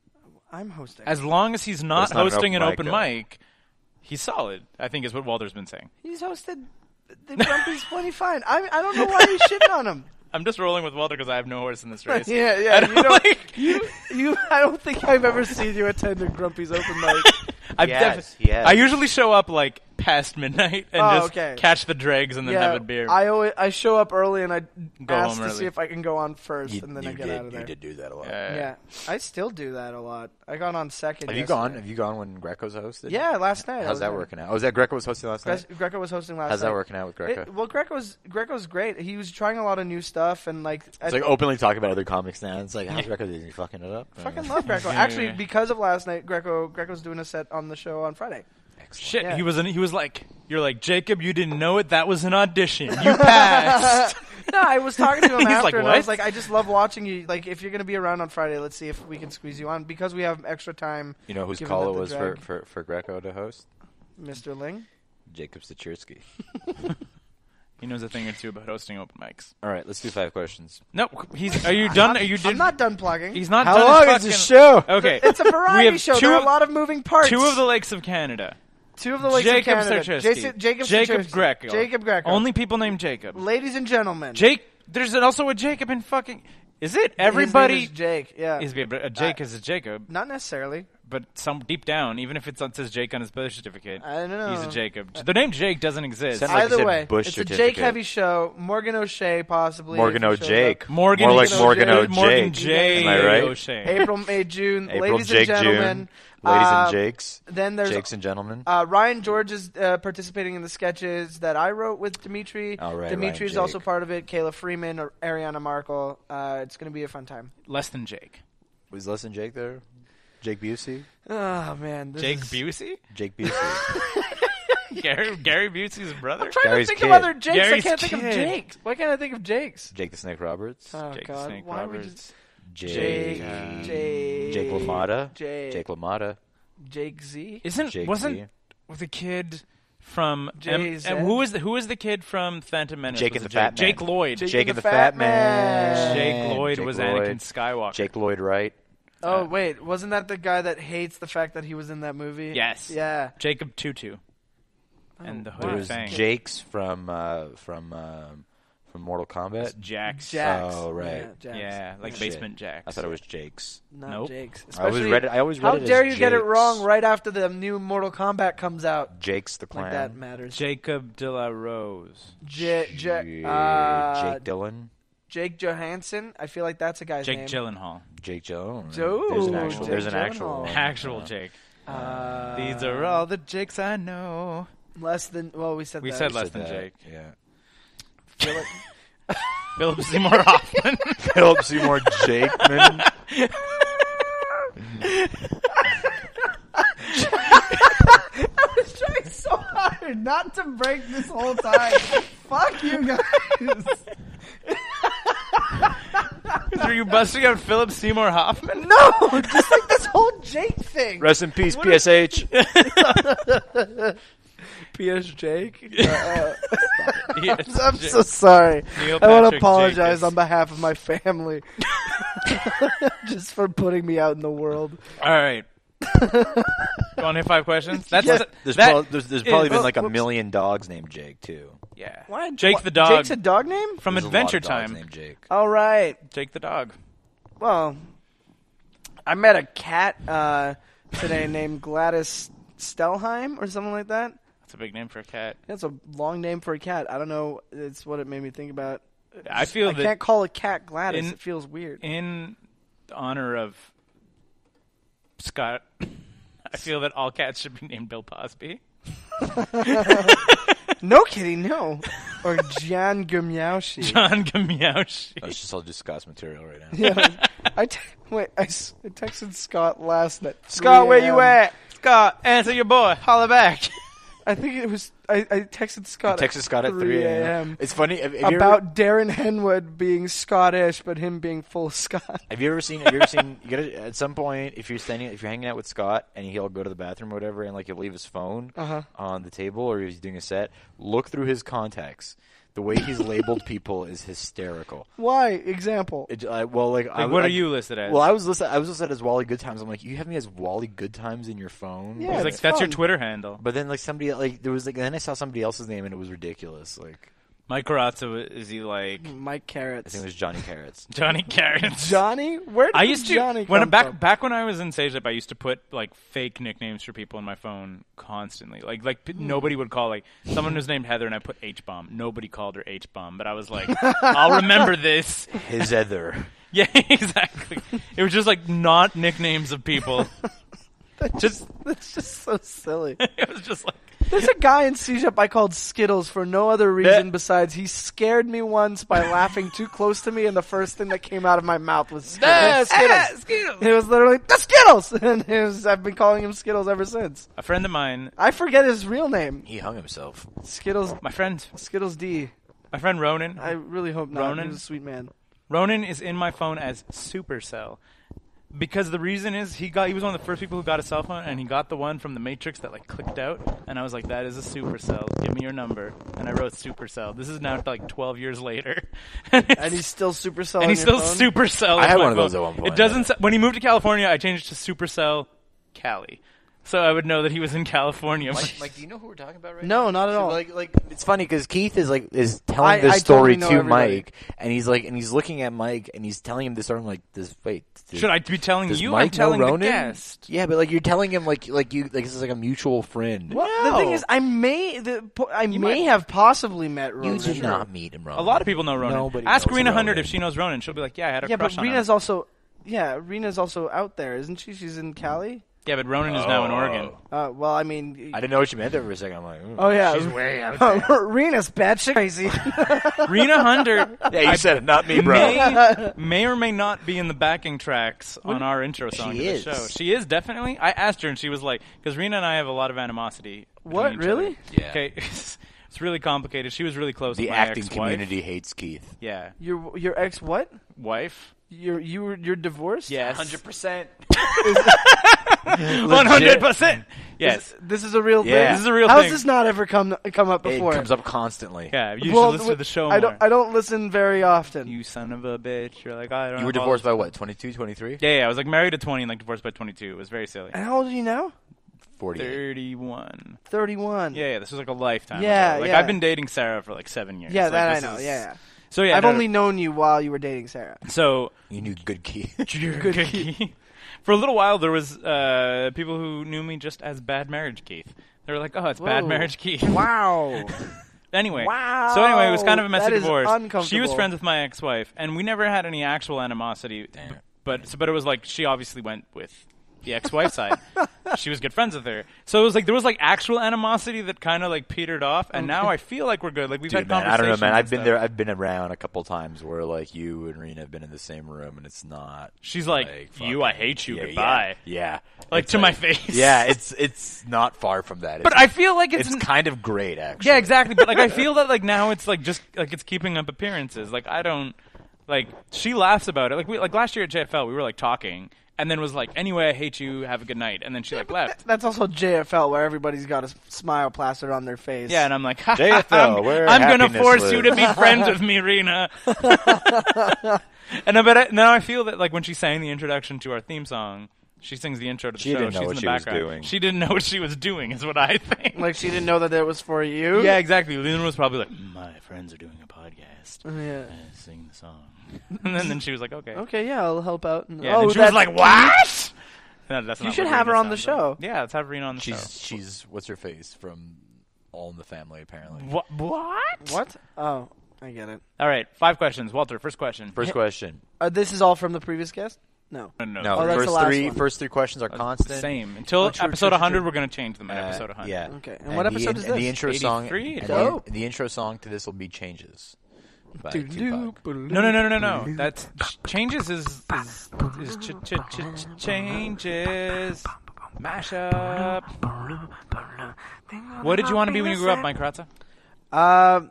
D: I'm hosting.
B: As long as he's not
E: it's not an
B: hosting an open,
E: open mic, though.
B: mic, he's solid. I think is what Walter's been saying.
D: he's hosted. The Grumpy's plenty fine. I I don't know why he's shitting on him.
B: I'm just rolling with Walter because I have no horse in this race.
D: Yeah, yeah.
B: I don't
D: you don't-
B: like-
D: you, you, I don't think I've ever seen you attend a Grumpy's open mic.
B: I've
E: Yes,
B: def-
E: yes.
B: I usually show up like past midnight and
D: Oh,
B: just
D: okay.
B: catch the dregs and then
D: yeah,
B: have a beer.
D: I always I show up early and I
B: Go
D: ask
B: home
D: to
B: early.
D: see if I can go on first,
E: You,
D: and then
E: you
D: I get
E: did,
D: out of there.
E: You did do that a lot.
B: Yeah.
D: Yeah, I still do that a lot. I got on second.
E: Have you gone? Have you gone when Greco's hosted?
D: Yeah, last night. I
E: How's
D: was
E: that
D: there.
E: working out? Oh, is that Greco was hosting last night?
D: Gre- Greco was hosting last.
E: How's
D: night.
E: that working out with Greco?
D: It, well, Greco's Greco's great. He was trying a lot of new stuff and like I
E: it's like openly talking about other comics now. It's like how's Greco doing? He fucking it up.
D: fucking love Greco. Actually, because of last night, Greco Greco's doing a set on the show on Friday.
B: Shit,
D: Yeah.
B: he was in, he was like, you're like Jacob, you didn't know it. That was an audition. You passed.
D: No, I was talking to him
B: He's
D: after,
B: like,
D: and I was
B: "What?"
D: like, I just love watching you. Like, if you're gonna be around on Friday, let's see if we can squeeze you on because we have extra time.
E: You know whose
D: given that
E: call it
D: the
E: was for,
D: drag-
E: for, for Greco to host?
D: Mr. Ling.
E: Jacob Sachirsky.
B: he knows a thing or two about hosting open mics.
E: All right, let's do five questions.
B: No, he's. Are you done? Are you?
D: I'm
B: did-
D: not done plugging.
B: He's not.
E: How
B: done
E: long
B: his
E: is this
B: fucking-
E: show?
B: Okay,
D: It's a
B: we
D: variety
B: have
D: show.
B: Two
D: There are
B: of,
D: a lot of moving parts.
B: two of the lakes of Canada.
D: two of the lakes
B: Jacob
D: of Canada.
B: Sarchesky.
D: Jason, Jacob
B: Jacob
D: Sarchesky.
B: Greco.
D: Jacob Greco.
B: Only people named Jacob.
D: ladies and gentlemen.
B: Jake. There's also a Jacob in fucking. Is it
D: His name
B: everybody?
D: is Jake. Yeah.
B: Is a Jake is a Jacob,
D: Not necessarily.
B: but some deep down, even if it's, it says Jake on his birth certificate,
D: I don't know.
B: he's a Jacob. The name Jake doesn't exist.
E: Sounds like you
D: Either
E: said
D: way,
E: Bush
D: it's a Jake
E: certificate.
D: heavy show. Morgan O'Shea possibly.
E: Morgan
D: if he shows
E: O'Jake.
D: up.
B: Morgan
E: More like
B: O'Jay.
E: Morgan O'Jake.
B: Morgan J.
E: Am I right?
B: O'Shea.
D: April, May, June.
E: April,
D: ladies
E: Jake,
D: and gentlemen.
E: June. Ladies
D: uh,
E: and Jakes.
D: Then there's
E: Jakes and gentlemen.
D: Uh, Ryan George is uh, participating in the sketches that I wrote with Dimitri.
E: All right,
D: Dimitri
E: Ryan
D: is also
E: Jake.
D: part of it. Kayla Freeman, or Ariana Markle. Uh, it's going to be a fun time.
B: Less than Jake.
E: was Less Than Jake there? Jake Busey?
D: Oh man, this
B: Jake
D: is-
B: Busey?
E: Jake Busey.
B: Gary, Gary Busey's brother?
D: I'm trying
E: Gary's
D: to think
E: kid.
D: of other Jakes.
B: Gary's
D: I can't think
B: kid.
D: of Jakes. Why can't I think of Jakes?
E: Jake the Snake Roberts.
D: Oh
B: Jake the
D: God,
B: Snake
D: why would
B: Roberts.
D: you?
E: Jake.
D: Jake, Jake,
E: Jake LaMotta.
D: Jake,
E: Jake LaMotta.
D: Jake Z.
B: Isn't
E: Jake
B: wasn't
E: Z.
B: the kid from M-
D: Jay Z.
B: M- who was the, who was the kid from Phantom Menace?
E: Jake
B: Was
E: and
B: it
E: the Fat Man.
B: Jake Lloyd.
D: Jake and
E: Jake, and
D: the
E: the
D: Fat
E: Fat Man.
B: Jake Lloyd
E: Jake
B: was
E: Lloyd.
B: Anakin Skywalker.
E: Jake Lloyd Wright.
B: uh,
D: Oh wait, wasn't that the guy that hates the fact that he was in that movie?
B: Yes.
D: Yeah.
B: Jacob Tutu. and the
E: There
B: Hooded
E: was
B: Fang.
E: Jake's from uh, from um, from Mortal Kombat.
B: Jax.
D: Jax.
E: Oh, right.
D: Yeah, Jax.
B: Yeah, like
E: Shit.
B: Basement Jax.
E: I thought it was Jake's.
D: Not
B: Nope.
D: Jake's.
E: I always
D: Especially-
E: read it. I always read
D: How
E: it as
D: dare you get it
E: Jake's.
D: wrong right after the new Mortal Kombat comes out?
E: Jake's the clown.
D: Like that matters.
B: Jacob De La Rose.
D: J- J-
E: Jake,
D: uh,
E: Jake Dylan.
D: Jake Johansson. I feel like that's a guy's
B: Jake
D: name.
B: Gyllenhaal.
E: Jake Jones.
D: Dude,
E: There's an actual.
D: Jake
E: there's an actual.
D: Gyllenhaal.
E: one.
B: Actual Jake.
D: Uh,
B: These are all the Jakes I know.
D: less than. Well, we said
B: We
D: that.
B: said
E: Said
B: less than
E: that,
B: Jake.
E: Yeah.
B: Philip Seymour Hoffman.
E: Philip Seymour Jakeman.
D: Try so hard not to break this whole time. Fuck you guys.
B: Are you busting out Philip Seymour Hoffman?
D: No, just like this whole Jake thing.
E: Rest in peace, PSH.
D: P.S. Jake.
B: Yeah, it's
D: I'm
B: Jake.
D: so sorry.
B: Neil
D: I want to
B: Patrick
D: apologize
B: Jacobs.
D: on behalf of my family just for putting me out in the world.
B: All right. you want to hit five questions? That's
D: Yeah.
E: There's,
B: that
E: prob- there's, there's probably
B: is-
E: been like a
D: whoops.
E: million dogs named Jake too.
B: yeah.
D: What?
B: Jake
D: What?
B: the dog
D: Jake's a dog name?
B: from
E: There's a lot of
B: Adventure
E: dogs
B: Time.
E: Named Jake.
D: All right.
B: Jake the dog.
D: Well, I met a cat uh, today named Gladys Stelheim or something like that.
B: That's a big name for a cat.
D: That's a long name for a cat. I don't know. It's what it made me think about.
B: I feel
D: I
B: that
D: can't call a cat Gladys.
B: In-
D: it feels weird.
B: in honor of Scott, I feel that all cats should be named Bill Posby.
D: no kidding, no. Or Jan Gumyaushi.
B: John Gamiaushi.
E: Let's just all do Scott's material right now.
D: yeah, I te- wait. I, s- I texted Scott last night.
B: Scott, where you
D: 3 a.m..
B: at? Scott, answer your boy. Holla back.
D: I think it was. I, I texted Scott.
E: Texas Scott at 3 a.m. It's funny. Have, have you ever,
D: about Darren Henwood being Scottish, but him being full Scott.
E: have you ever seen? Have you ever seen? You gotta, at some point, if you're standing, if you're hanging out with Scott and he'll go to the bathroom or whatever, and like he'll leave his phone
D: Uh-huh.
E: on the table or he's doing a set, look through his contacts. The way he's labeled people is hysterical.
D: Why? Example.
E: It, I, well, like, I,
B: what
E: I-
B: are you listed as?
E: Well, I was listed. I was listed as Wally Good Times. I'm like, you have me as Wally Good Times in your phone.
D: Yeah.
B: He's like,
D: it's
B: that's your
D: fun.
B: Twitter handle.
E: But then like somebody like there was like then I saw somebody else's name and it was ridiculous. Like
B: Mike Carazzo is he like
D: Mike
E: I
D: Carrots.
E: think it was Johnny Carrots.
B: Johnny Carrots?
D: Johnny? Where did
B: I used to
D: Johnny
B: when
D: come
B: back
D: from?
B: back when I was in SageLab, I used to put like fake nicknames for people in my phone constantly. Like like
D: Hmm.
B: p- nobody would call like someone was named Heather, and I put H bomb. Nobody called her H bomb, but I was like, I'll remember this.
E: His other.
B: Yeah, exactly. It was just like not nicknames of people. just
D: That's just so silly.
B: it was just like
D: There's a guy in C Shop I called Skittles for no other reason besides he scared me once by laughing too close to me, and the first thing that came out of my mouth was Skittles.
B: Skittles.
D: It was literally the Skittles, and it was, I've been calling him Skittles ever since.
B: a friend of mine.
D: I forget his real name.
E: He hung himself.
D: Skittles.
B: My friend,
D: Skittles D.
B: my friend Ronan.
D: I really hope not.
B: Ronan?
D: He's a sweet man.
B: Ronan is in my phone as Supercell. Because the reason is he got he was one of the first people who got a cell phone and he got the one from the Matrix that like clicked out and I was like that is a Supercell give me your number and I wrote Supercell this is now like 12 years later and,
D: And he's still super selling.
B: and he's
D: your
B: still
D: phone?
B: Supercell
E: I
B: in
E: had
B: my
E: one of those
B: phone.
E: at one point,
B: it doesn't s when he moved to California I changed it to Supercell Cali so I would know that he was in California
E: Like, do you know who we're talking about right
D: No, not at all.
E: Like, like it's funny because Keith is like is telling
D: I-
E: this
D: I
E: story
D: totally know
E: to
D: everybody.
E: Mike, and he's like, and he's looking at Mike, and he's telling him this story. I'm like, this wait, does-
B: should I be telling
E: does
B: you
E: Mike
B: I'm telling
E: know
B: the
E: Ronan?
B: guest
E: Yeah, but like you're telling him like like you like this is like a mutual friend.
D: Well, the thing is, I may, the, po- I may have possibly met Ronan.
E: You did not meet him, Ronan.
B: a lot of people know Ronan
E: Nobody
B: ask
E: knows
B: Rena Hundred
E: Ronan.
B: if she knows Ronan she'll be like yeah I had a
D: Yeah,
B: crush
D: but
B: on him.
D: Rena's also. Yeah, Rena's also out there, isn't she? She's in Cali.
B: Yeah, but Ronan is now in Oregon.
D: Uh, well, I mean,
E: I didn't know what you meant there for a second. I'm like, mm.
D: oh yeah,
E: she's way out.
D: Rena's batshit crazy.
B: Rena Hunter
E: Oh. Yeah, you said it, not me, bro.
B: may, may or may not be in the backing tracks on our intro song
E: She
B: to
E: is.
B: the show. She is definitely. I asked her, and she was like, because Rena and I have a lot of animosity. between
D: What,
B: each
D: really?
B: other.
E: Yeah.
B: Okay. It's really complicated. She was really close.
E: The
B: with my
E: acting
B: ex-wife.
E: community hates Keith.
B: Yeah.
D: your your ex what?
B: Wife.
D: Your you were you're divorced?
B: Yes.
E: percent.
B: One hundred percent. Yes.
D: This is a real
E: Yeah.
D: thing.
B: This is a real
D: How's
B: thing.
D: this not ever come come up
E: It
D: before?
E: comes up constantly.
B: Yeah. You
D: Well,
B: should listen to the show more.
D: I don't I don't listen very often.
B: you son of a bitch. You're like I don't.
E: You were
B: know.
E: divorced by what? 22, 23?
B: Yeah, yeah. I was like married at twenty and like divorced by twenty-two. It was very silly.
D: and how old are you now?
E: 40.
B: Thirty-one.
D: Thirty one.
B: Yeah, yeah, this was like a lifetime.
D: Yeah,
B: ago. like
D: yeah.
B: I've been dating Sarah for like seven years.
D: Yeah,
B: Like,
D: that I
B: this
D: know.
B: is-
D: Yeah, yeah.
B: So yeah,
D: I've
B: no,
D: only known you while you were dating Sarah.
B: so
E: You knew good Keith.
B: good Keith. For a little while, there was uh, people who knew me just as Bad Marriage Keith. They were like, "Oh, it's Bad
D: Whoa.
B: Marriage Keith."
D: Wow.
B: anyway, so anyway, it was kind of a
D: Wow,
B: messy
D: that is
B: divorce. She was
D: uncomfortable.
B: friends with my ex-wife, and we never had any actual animosity. b- But so, but it was like she obviously went with the ex-wife side. She was good friends with her, so it was like there was like actual animosity that kind of like petered off. And now I feel like we're good. Like we've
E: Dude,
B: had
E: man, I
B: conversations.
E: don't know, man.
B: and
E: I've been
B: stuff.
E: there. I've been around a couple times where like you and Rena have been in the same room, and it's not.
B: She's like, "You, I
E: fucking-
B: hate you,
E: yeah,
B: goodbye."
E: Yeah, yeah.
B: Like,
E: It's
B: to my face.
E: Yeah, it's it's not far from that.
B: But
E: It's-
B: I feel like it's,
E: it's kind of great, actually.
B: Yeah, exactly. But like, I feel that like now it's like just like it's keeping up appearances. Like I don't like she laughs about it. Like we like last year at JFL, we were like talking, and then was like, "Anyway, I hate you. Have a good night," and then she like left.
D: That's also JFL where everybody's got a s- smile plastered on their face.
B: Yeah, and I'm like, ha, ha, ha,
E: JFL,
B: I'm,
E: where
B: I'm gonna
E: happiness
B: force
E: lives.
B: you to be friends with me, Rena. and I bet I, now I feel that like when she sang the introduction to our theme song. She sings the intro to the
E: She
B: show.
E: didn't know
B: She's
E: what
B: in the
E: she was
B: background.
E: doing.
B: She didn't know what she was doing, is what I think.
D: like she didn't know that it was for you.
B: Yeah, exactly. Lena was probably like, "My friends are doing a podcast.
D: Yeah.
B: Uh, sing the song." and then, then she was like, "Okay."
D: Okay, yeah, I'll help out. And,
B: Yeah,
D: oh,
B: and she was
D: that's-
B: like, "What?" No, that's not
D: should
B: what
D: have her
B: Rena
D: on the
B: sounds like.
D: show.
B: Yeah, let's have Rena on the
E: She's
B: show.
E: she's what's her face from All in the Family, apparently.
B: Wha- what?
D: "What?" Oh, I get it.
B: All right, five questions. Walter, first question.
E: First question.
D: Uh, this is all from the previous guest. No.
B: no, no,
E: No,
D: Oh, that's
E: first
D: the last
E: three
D: one.
E: first three questions are constant.
B: Oh, same. Until
D: true,
B: episode
D: true, true,
B: 100,
D: true.
B: we're gonna change them at
E: Uh,
B: episode 100.
E: Yeah.
D: Okay, and what episode
E: the,
D: is
E: and the
D: this?
E: intro song.
B: 83?
E: And the,
B: Dope.
E: the intro song to this will be changes. By
D: Doo-doo,
E: Tupac.
D: ba-doo.
B: No, no, no, no, no, no. That's ch- changes is is, is ch- ch- ch- ch- changes. Mashup. What did you want to be when you grew up, Mike Ratza?
D: Uh,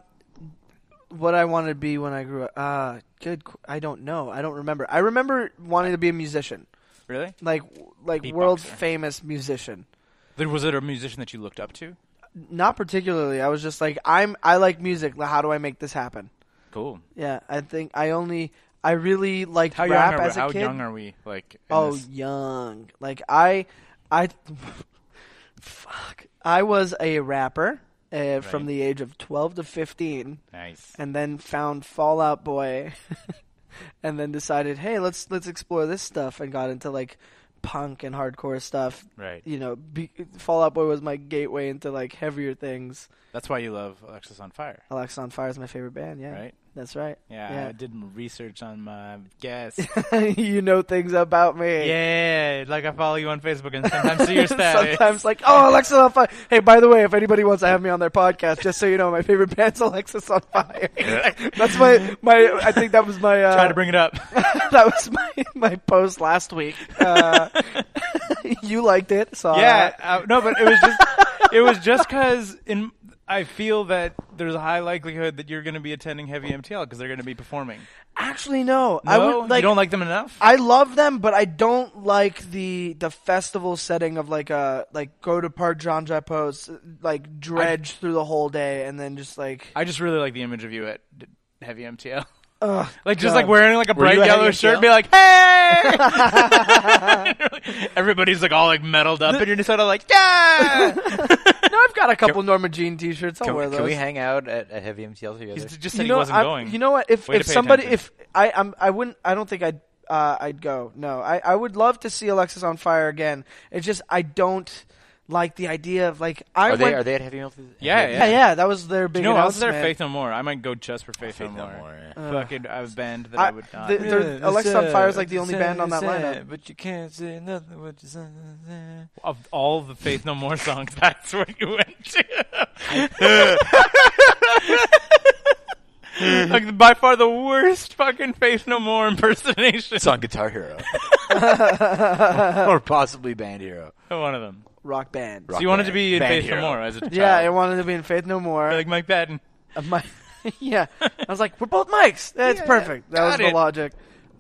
D: what I wanted to be when I grew up. Uh, good. qu- I don't know. I don't remember. I remember wanting to be a musician,
B: Really?
D: like like world
B: Beatboxer.
D: famous musician.
B: There- Was it a musician that you looked up to?
D: Not particularly. I was just like, I'm. I like music. Like, How do I make this happen?
B: Cool.
D: Yeah, I think I only. I really liked
B: How
D: rap
B: young are we?
D: as a
B: How
D: kid.
B: young are we? Like, in
D: oh,
B: this-
D: young. Like I, I, fuck. I was a rapper. uh, from the age of 12 to 15
B: Nice.
D: and then found Fallout Boy, and then decided, hey, let's let's explore this stuff, and got into like punk and hardcore stuff.
B: Right.
D: You know, be, Fallout Boy was my gateway into like heavier things.
B: That's why you love Alexis on Fire,
D: Alexa on Fire is my favorite band. Yeah,
B: right?
D: that's right.
B: Yeah, I did m- research on my guests.
D: you know things about me.
B: yeah, like I follow you on Facebook and sometimes see your status.
D: Sometimes like, oh, Alexis on fire. Hey, by the way, if anybody wants to have me on their podcast, just so you know, my favorite band's Alexis on fire. That's my my. I think that was my. Uh,
B: Try to bring it up.
D: that was my, my post last week. Uh, you liked it, so
B: yeah, uh, no, but it was just it was just because in I feel that there's a high likelihood that you're going to be attending Heavy MTL because they're going to be performing.
D: actually, no,
B: No,
D: I would
B: you
D: like.
B: don't like them enough.
D: I love them, but I don't like the the festival setting of like a like go to Park Jean Japos, like dredge through the whole day and then just like
B: I just really like the image of you at d- Heavy MTL.
D: ugh,
B: Like just
D: God.
B: like wearing like a bright
D: you at
B: yellow
D: Heavy
B: shirt, and
D: MTL?
B: be like, "Hey!" Everybody's like all like metaled up, and you're just sort of like, "Yeah!"
D: no, I've got a couple Norma Jean T-shirts. I'll
E: Can,
D: wear
E: we-
D: those.
E: can we hang out at, at Heavy MTL together?
B: He's just said
D: know,
B: he wasn't
D: I'm-
B: going.
D: You know what? If
B: Way to
D: if
B: pay
D: somebody,
B: attention.
D: if I, I'm, I wouldn't. I don't think I'd. Uh, I'd go. No, I, I would love to see Alexis on fire again. It's just I don't like the idea of like I
E: are they
D: went-
E: are they at Heavy MTL?
B: Yeah,
D: yeah, yeah, that was their
B: You
D: big.
B: know, I was there
D: announcement.
B: Faith No More. I might go just for Faith, No More. Fucking, I was banned that I,
D: I-
B: would not.
D: the- the- They're- Alexis on Fire is, like, the only band on that lineup.
E: But you can't say nothing what you say.
B: of all the Faith No More songs, that's what you went to. like by far the worst fucking Faith No More impersonation.
E: It's on Guitar Hero, or possibly Band Hero.
B: One of them.
D: rock band.
B: So you wanted
E: band.
B: to be in
E: Band
B: Faith No
E: hero.
B: More as a child.
D: Yeah, I wanted to be in Faith No More.
B: like Mike Patton.
D: Uh, my, yeah, I was like, we're both mics. That's perfect. That was
B: got
D: the
B: it.
D: logic.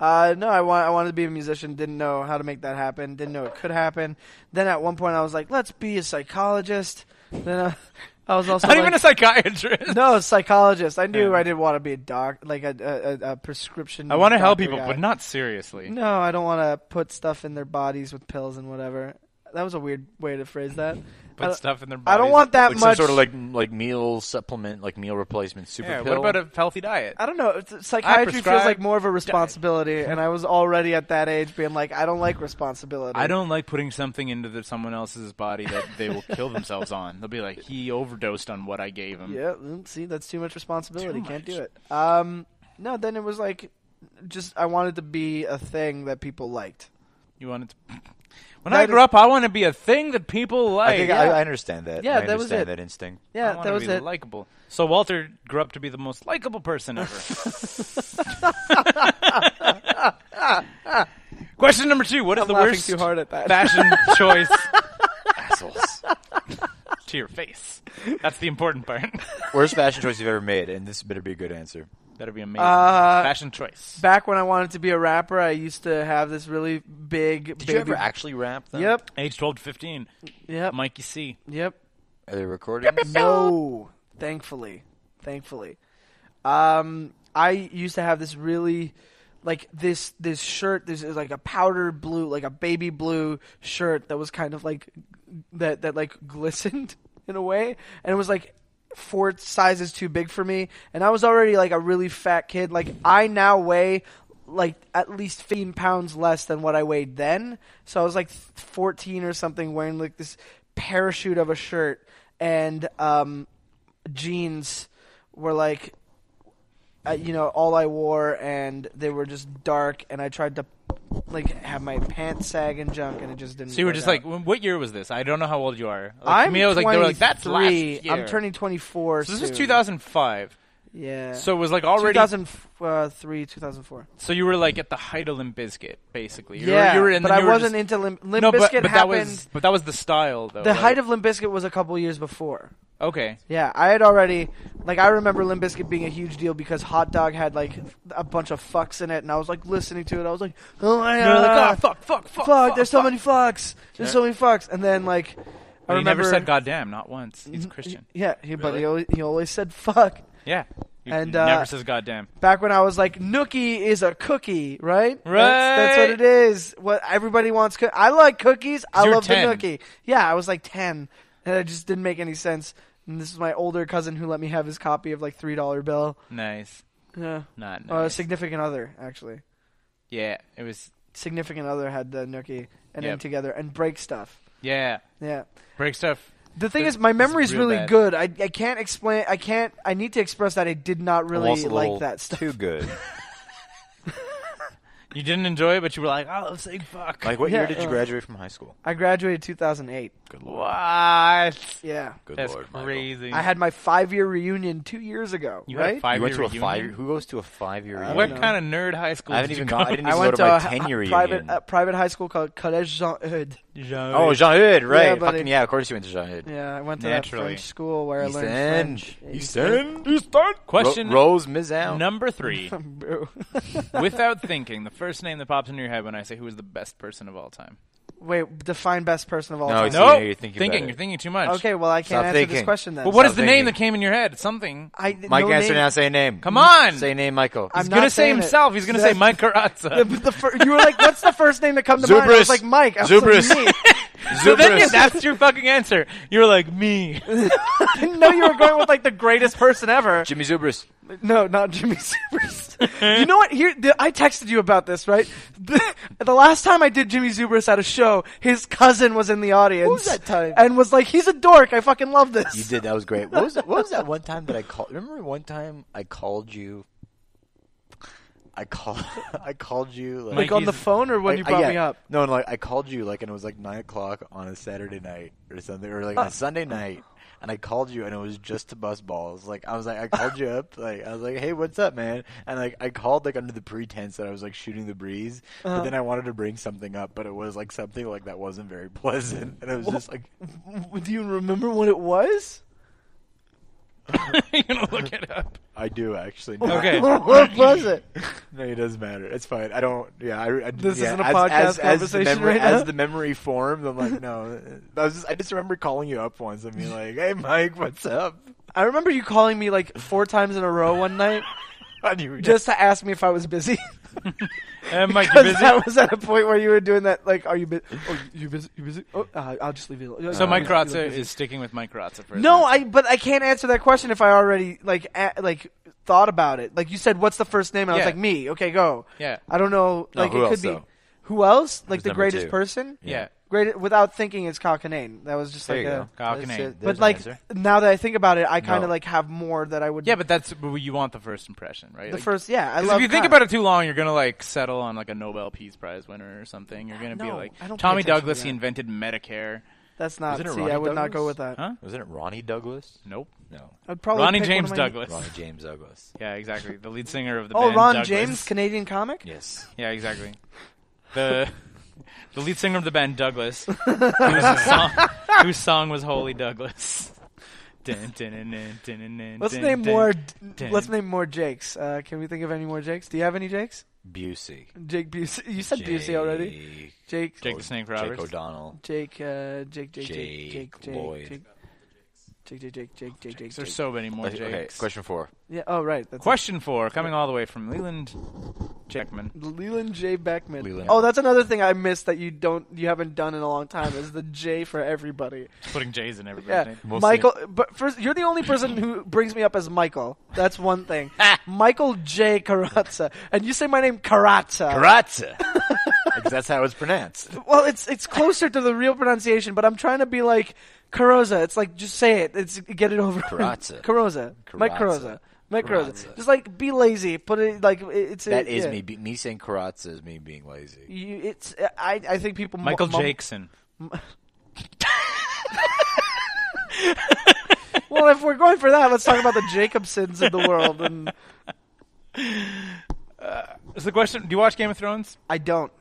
D: Uh, no, I, wa- I wanted to be a musician. Didn't know how to make that happen. Didn't know it could happen. Then at one point, I was like, let's be a psychologist. Then I, I was also
B: Not
D: like,
B: even a psychiatrist.
D: no a psychologist. I knew
B: Yeah.
D: I didn't want to be a doc, like a a, a, a prescription.
B: I want to help
D: doctor
B: people,
D: guy.
B: but not seriously.
D: No, I don't want to put stuff in their bodies with pills and whatever. That was a weird way to phrase that. I
B: Put
D: don't-
B: stuff in their
D: I
B: bodies.
D: don't want that
E: Like some
D: much.
E: sort of like like meal supplement, like meal replacement super
B: Yeah,
E: pill.
B: what about a healthy diet?
D: I don't know. It's, psychiatry feels
B: prescribe-
D: like more of a responsibility, and I was already at that age being like, I don't like responsibility.
B: I don't like putting something into the, someone else's body that they will kill themselves on. They'll be like, he overdosed on what I gave him.
D: Yeah, mm, see, that's too much responsibility.
B: Too
D: Can't
B: much.
D: do it. Um, no, then it was like, just I wanted to be a thing that people liked.
B: You wanted to. When
D: That
B: I grew
D: is-
B: up, I want to be a thing that people like.
E: I think I,
D: yeah.
E: I understand that.
D: Yeah,
E: I
D: that was
E: understand
D: it.
E: that instinct.
B: I
D: Yeah,
B: wanna
D: that was
B: be
D: it.
B: likable. So Walter grew up to be the most likable person ever. Question number two: What is the
D: laughing
B: worst
D: too hard at that.
B: fashion choice
E: Assholes.
B: to your face? That's the important part.
E: Worst fashion choice you've ever made, and this better be a good answer.
B: That'd be amazing.
D: Uh,
B: fashion choice.
D: Back when I wanted to be a rapper, I used to have this really big.
E: Did you ever actually rap them?
D: Yep,
B: Age twelve to fifteen.
D: yep,
B: Mikey C.
D: yep.
E: Are they recording?
D: No, thankfully, thankfully. Um, I used to have this really, like this this shirt. This is like a powder blue, like a baby blue shirt that was kind of like that that like glistened in a way, and it was like four sizes too big for me. And I was already like a really fat kid. Like I now weigh like at least 15 pounds less than what I weighed then. So I was like 14 or something wearing like this parachute of a shirt and um, jeans were like uh, you know all I wore and they were just dark and I tried to like have my pants sag and junk and it just didn't
B: So you were
D: work
B: just like,
D: out.
B: "Wh- what year was this? I don't know how old you are. Like,
D: I'm
B: to me, I was like, they were like, that's last
D: 23.
B: year.
D: I'm turning 24
B: So this was
D: soon.
B: 2005.
D: yeah uh,
B: So it was like already
D: 2003 2004
B: So you were like at the height of Limp Bizkit, basically. You were-
D: yeah
B: you were, and
D: but
B: then
D: I
B: you were
D: wasn't
B: just-
D: into Limp, Limp
B: no, but,
D: Bizkit
B: but that
D: happened
B: was but that was the style though.
D: the
B: right?
D: height of Limp Bizkit was a couple years before
B: okay.
D: Yeah, I had already like I remember Limp Bizkit being a huge deal because Hot Dog had like a bunch of fucks in it, and I was like listening to it. I was like, oh my
B: You're
D: god,
B: like, "Ah, fuck, fuck, fuck,
D: fuck,
B: fuck,
D: there's so many fucks, there's so many fucks, and then like
B: But
D: I
B: he
D: remember Mm-hmm.
B: never said goddamn, not once. He's a Christian.
D: Yeah, he, but he always, he always said fuck.
B: Yeah. He
D: And,
B: never
D: uh,
B: says goddamn.
D: Back when I was like, Nookie is a cookie, right? That's, that's
B: Right.
D: what it is. What everybody wants. Coo- I like cookies. I
B: You were
D: love
B: 10.
D: the Nookie. Yeah, I was like ten, and it just didn't make any sense. And this is my older cousin who let me have his copy of like three dollar bill.
F: Nice.
D: Yeah.
F: Not
D: Uh,
F: nice.
D: significant other actually.
F: yeah, it was.
D: Significant other had the nookie and
F: Yep.
D: him together and break stuff.
F: Yeah.
D: Yeah.
B: Break stuff.
D: The thing is, my memory's
F: real
D: really
F: bad.
D: good. I I can't explain. I can't. I need to express that I did not really
E: Almost a little
D: like that stuff.
E: Too good.
F: You didn't enjoy it, but you were like, "Oh, let's say fuck."
E: Like, what
D: Yeah,
E: year did you
D: uh,
E: graduate from high school?
D: I graduated 2008.
E: Good lord.
F: what?
D: Yeah.
E: Good
F: That's
E: lord, Michael.
F: crazy.
D: I had my five year reunion two years ago.
F: you
D: right?
F: had a five
E: You went to
F: year
E: a five.
F: reunion?
E: Who goes to a five-year?
D: I
F: What
D: don't know.
F: kind of nerd high school?
E: I haven't
F: did
E: even
F: you
E: gone.
F: go
E: I didn't
D: I
E: even
D: went
E: go
D: to,
E: to my
D: a hi-
E: ten-year reunion.
D: private, uh, private high school called Collège Jean Eudes.
F: to?
E: oh, Jean Hood, right?
D: Yeah, buddy.
E: Fucking yeah. Of course you went to Jean Hood.
D: Yeah, I went to
F: Naturally.
D: that French school where
E: East
D: I learned
E: End.
D: French.
E: East End.
B: Question
E: Ro- Rose Mizow.
B: number three.
D: Bro.
B: Without thinking, the first name that pops into your head when I say who is the best person of all time.
D: Wait, define best person of all
E: No,
D: time.
E: it's-
B: No,
E: you're thinking about
B: thinking
E: it.
B: you're thinking too much.
D: Okay, well I
E: Stop
D: can't answer this
E: thinking.
D: question then.
B: But what
E: Stop
B: is the name
E: thinking.
B: that came in your head? Something.
D: I,
E: Mike,
D: no
E: answer
D: name.
E: now. Say a name.
B: Come on.
E: Say a name, Michael.
D: I'm
B: He's
D: not
B: gonna say
D: saying it.
B: himself. He's gonna say Mike
D: The,
B: Carazza.
D: the fir- you were like, "What's the first name that come to mind?" I was
E: Zubris.
D: like, "Mike." I was
E: Zubris.
D: Like,
B: So then
E: Zubris.
B: yeah, that's your fucking answer. You're like me.
D: I didn't know you were going with like the greatest person ever.
E: Jimmy Zubris.
D: No, not Jimmy Zubris. you know what? Here, the, I texted you about this, right? The, the last time I did Jimmy Zubris at a show, his cousin was in the audience.
E: was that time?
D: And was like, "He's a dork. I fucking love this."
E: You did. That was great. What was what was that one time that I called? Remember one time I called you. I called. I called you like,
D: like on the
B: He's-
D: phone or when
E: I-
D: you
E: I-
D: brought
E: yeah.
D: me up.
E: No, and like I called you like, and it was like nine o'clock on a Saturday night or something, or like on a Sunday night, and I called you, and it was just to bust balls. Like I was like, I called you up, like I was like, hey, what's up, man? And like I called like under the pretense that I was like shooting the breeze,
D: Uh-huh.
E: but then I wanted to bring something up, but it was like something like that wasn't very pleasant, and it was just like,
D: Do you remember what it was?
B: you're gonna look it up.
E: I do actually.
B: Okay.
D: what was it?
E: No, it doesn't matter. It's fine. I don't. Yeah, I. I
D: This
E: yeah,
D: isn't a
E: as-
D: podcast
E: as, as,
D: conversation
E: the memory,
D: right now.
E: As the memory formed, I'm like, no. I, was just, I just remember calling you up once and being like, "Hey, Mike, what's up?"
D: I remember you calling me like four times in a row one night
E: And you were
D: just to ask me if I was busy.
B: Uh, Mike, you
D: Because
B: busy?
D: that was at a point where you were doing that. Like, are you busy? Oh, you busy? You busy? Oh, uh, I'll just leave you. alone.
B: So Mike
D: You look
B: Carazza
D: busy.
B: is sticking with Mike Carazza for his
D: No,
B: answer.
D: I. But I can't answer that question if I already like a, like thought about it. Like you said, what's the first name? And I
B: Yeah.
D: was like, me. Okay, go.
B: Yeah.
D: I don't know.
E: No,
D: Like
E: who
D: it
E: else,
D: could be
E: though?
D: who else? Like
E: Who's
D: the
E: number
D: greatest
E: two?
D: person.
B: Yeah.
D: Great. Without thinking, it's Cockanain. That was just
E: There
D: like a.
E: you go.
B: Cock and
E: There's
B: eight.
E: a- there's
D: But
E: an
D: like
E: answer.
D: now that I think about it, I kind of
E: No.
D: like have more that I would.
B: Yeah, but that's but you want the first impression, right?
D: the
B: Like,
D: first, yeah, I
B: 'cause
D: love.
B: if you think about it too long, you're gonna like settle on like a Nobel Peace Prize winner or something. You're gonna be
D: No,
B: like
D: I don't pay
B: Tommy
D: attention to
B: Douglas. He
D: that.
B: invented Medicare.
D: that's not.
E: Isn't it
D: See,
E: Ronnie
D: I would not go
E: Douglas?
D: with that.
B: Huh?
E: Wasn't it Ronnie Douglas?
B: Nope.
E: No,
D: I'd probably
B: Ronnie
D: pick one of
B: James
D: my-
B: Douglas.
E: Ronnie James Douglas.
B: Yeah, exactly. The lead singer of the
D: Oh,
B: band.
D: Ron
B: Douglas.
D: James, Canadian comic.
E: Yes.
B: Yeah, exactly. The the lead singer of the band Douglas, whose song, whose song was Holy Douglas. Dun, dun, dun, dun, dun, dun, dun,
D: Let's
B: dun,
D: name
B: dun.
D: more.
B: dun.
D: Let's name more Jakes. Uh, can we think of any more Jakes? Do you have any Jakes?
E: Busey.
D: Jake Busey. You said Busey already. Jake.
B: Jake the Snake Roberts.
E: Jake O'Donnell.
D: Jake. Uh, Jake. Jake. Jake.
E: Jake
D: Jake. Jake.
E: Lloyd.
D: Jake. Jake. Jake. Jake. Jake. Jake.
B: There's
D: Jake. Jake.
B: so many more
E: Okay, okay,
B: Jakes.
E: question four.
D: Yeah. Oh, right. That's it.
B: Question four, coming all the way from Leland Jackman.
D: Leland J. Beckman.
E: Leland.
D: Oh, that's another thing I missed that you don't, you haven't done in a long time is the J for everybody.
B: Putting J's in everybody's
D: Yeah,
B: name.
E: Mostly-
D: Michael. But first, you're the only person who brings me up as Michael. That's one thing.
E: Ah.
D: Michael J. Carazza, and you say my name Carazza.
E: Karatza. that's how it's pronounced.
D: well, it's it's closer to the real pronunciation, but I'm trying to be like Carosa. It's like just say it. It's get it over.
E: Carazza.
D: Carosa. Mike
E: Carazza.
D: Carosa. Mike Carosa.
E: Carazza.
D: Just like be lazy. Put it like it- it's
E: That
D: it-
E: is
D: yeah.
E: me. Be- Me saying Karatza is me being lazy.
D: You, it's I I think people mu-
B: Michael
D: mum-
B: Jackson.
D: Well, if we're going for that, let's talk about the Jacobsons of the world. And
B: Is the question? Do you watch Game of Thrones?
D: I don't.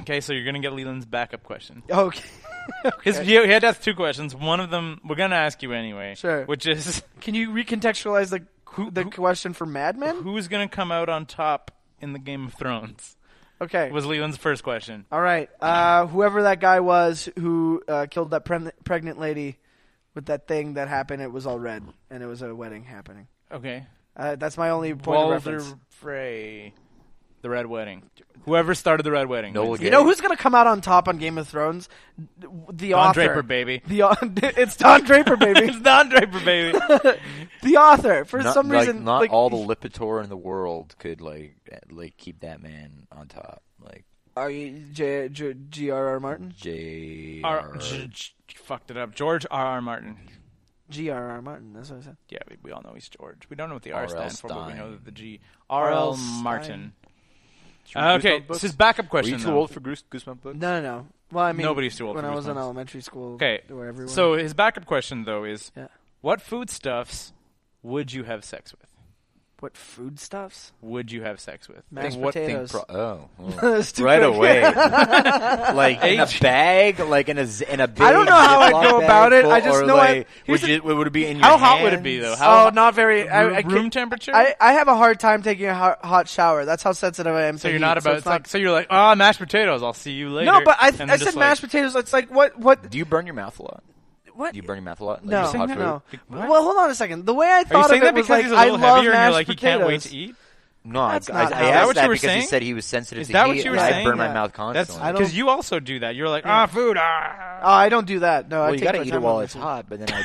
B: Okay, so you're gonna get Leland's backup question.
D: Okay.
B: His, he, he had to ask two questions. One of them we're gonna ask you anyway.
D: Sure.
B: Which is
D: Can you recontextualize the the question for Mad Men?
B: who's gonna come out on top in the Game of Thrones?
D: Okay.
B: Was Leland's first question.
D: All right. Uh, whoever that guy was who uh, killed that preg- pregnant lady with that thing that happened, it was all red, and it was a wedding happening.
B: Okay.
D: Uh, that's my only point of
B: Walder
D: reference.
B: Frey. The Red Wedding. Whoever started the Red Wedding.
E: Noel
B: wins.
E: Gay.
D: You know who's gonna come out on top on Game of Thrones? The
B: Don
D: author.
B: Draper, baby.
D: The au- it's Don Draper, baby.
B: It's Don Draper, baby.
D: the author. For
E: not,
D: some
E: like,
D: reason,
E: not
D: like,
E: all the Lipitor in the world could like eh, like keep that man on top. Like
D: Are you J, J, G.R.R. Martin?
E: J.
B: R-
E: R-
B: J- J- fucked it up. George R. R. Martin.
D: G.R.R. Martin. That's what I said.
B: Yeah, we, we all know he's George. We don't know what the R,
E: R.L.
B: stands for, but we know
E: Stein.
B: that the G. R. L.
D: Stein.
B: Martin.
E: we do
B: okay,
E: Goosebump
B: this
E: books?
B: is backup
E: Were
B: question.
E: you too
B: though.
E: old for Goose, Goosebump books?
D: No, no, no. Well, I mean,
B: Nobody's too old
D: when
B: for
D: I was in
B: goosebumps.
D: elementary school.
B: Okay,
D: where everyone.
B: so his backup question though is,
D: Yeah.
B: what foodstuffs would you have sex with?
D: what foodstuffs?
B: Would you have sex with?
D: Mashed
E: What thing?
D: potatoes.
E: Pro- oh, well.
D: It's too
E: right
D: quick.
E: away. like in a bag, like in a z- in a big.
D: I don't know how I'd
E: Ziploc
D: go
E: bag
D: about it.
E: full,
D: I just
E: or
D: know I-
E: like,
D: here's
E: would,
D: the-
E: you, would it be in your
B: How hot would it be though?
E: hands?
B: How
D: oh, not very. I, I
B: room,
D: can't-
B: room temperature?
D: I, I have a hard time taking a hot, hot shower. That's how sensitive I am.
B: so
D: to
B: you're not
D: heat,
B: about
D: it's
B: it's like so you're like ah mashed potatoes. I'll see you later.
D: no, but I,
B: And
D: I
B: just
D: said
B: like,
D: mashed potatoes. It's like what what
E: Do you burn your mouth a lot?
D: what?
E: Do you burn your mouth a lot? Like
D: no,
E: just hot food?
D: no.
B: What?
D: Well, hold on a second. The way I
B: Are you
D: thought of
B: saying
D: it
B: that
D: was
B: because
D: like
B: he's a
D: I
B: little
D: love
B: heavier and you're
D: mashed
B: like you can't wait to
D: potatoes.
B: eat?
E: No, I,
D: That's
E: I, I
D: not how- Is
E: asked
D: that
B: what
E: that
B: you were
E: because he
B: saying?
E: said he was sensitive
B: Is
E: to
B: that
E: heat.
B: what you were
E: and I
B: saying?
E: burn
D: Yeah.
E: my mouth
B: That's
E: constantly.
D: I don't-
B: because you also do that. You're like ah food ah.
D: Oh, I don't do that. No, I
E: well,
D: take
E: you gotta
D: my
E: eat
D: time
E: it while
D: on
E: it's
D: that.
E: hot, but then I.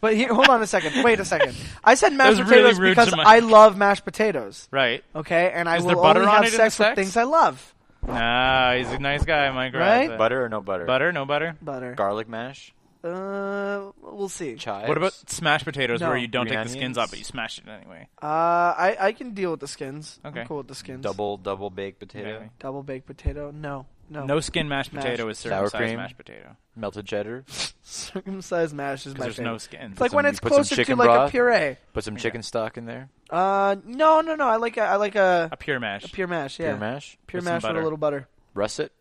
D: But here, hold on a second. Wait a second. I said mashed
B: was really
D: potatoes
B: rude to
D: because
B: my-
D: I love mashed potatoes.
B: Right.
D: Okay, and I
B: Is there
D: will
B: butter
D: only
B: on
D: have
B: it in the
D: sex with
B: sex?
D: things I love.
B: Nah, he's a nice guy, Mike.
D: Right?
B: Raza.
E: butter or no butter?
B: Butter? No butter.
D: Butter.
E: Garlic mash?
D: Uh, we'll see.
E: Chives?
B: What about smashed potatoes
D: No.
B: where you don't
E: Green
B: take the skins
E: onions?
B: off, but you smash it anyway?
D: Uh, I I can deal with the skins.
B: Okay.
D: I'm cool with the skins.
E: double double baked potato?
B: Maybe.
D: double baked potato. No, no.
B: No skin mashed
D: Mashed.
B: potato is
E: Sour
B: circumcised
E: cream?
B: mashed potato.
E: Melted cheddar?
D: circumcised mash is my
B: Because there's
D: favorite.
B: no skin.
D: it's like
E: some-
D: when
E: you
D: it's
E: put some
D: closer to
E: chicken
D: like a
E: broth?
D: puree.
E: Put some chicken stock in there?
D: Uh, no, no, no. I like a, I like a,
B: a pure mash.
D: a pure mash. Yeah,
E: Pure mash?
D: Pure
B: With some
D: mash with a
B: butter.
D: little butter.
E: Russet?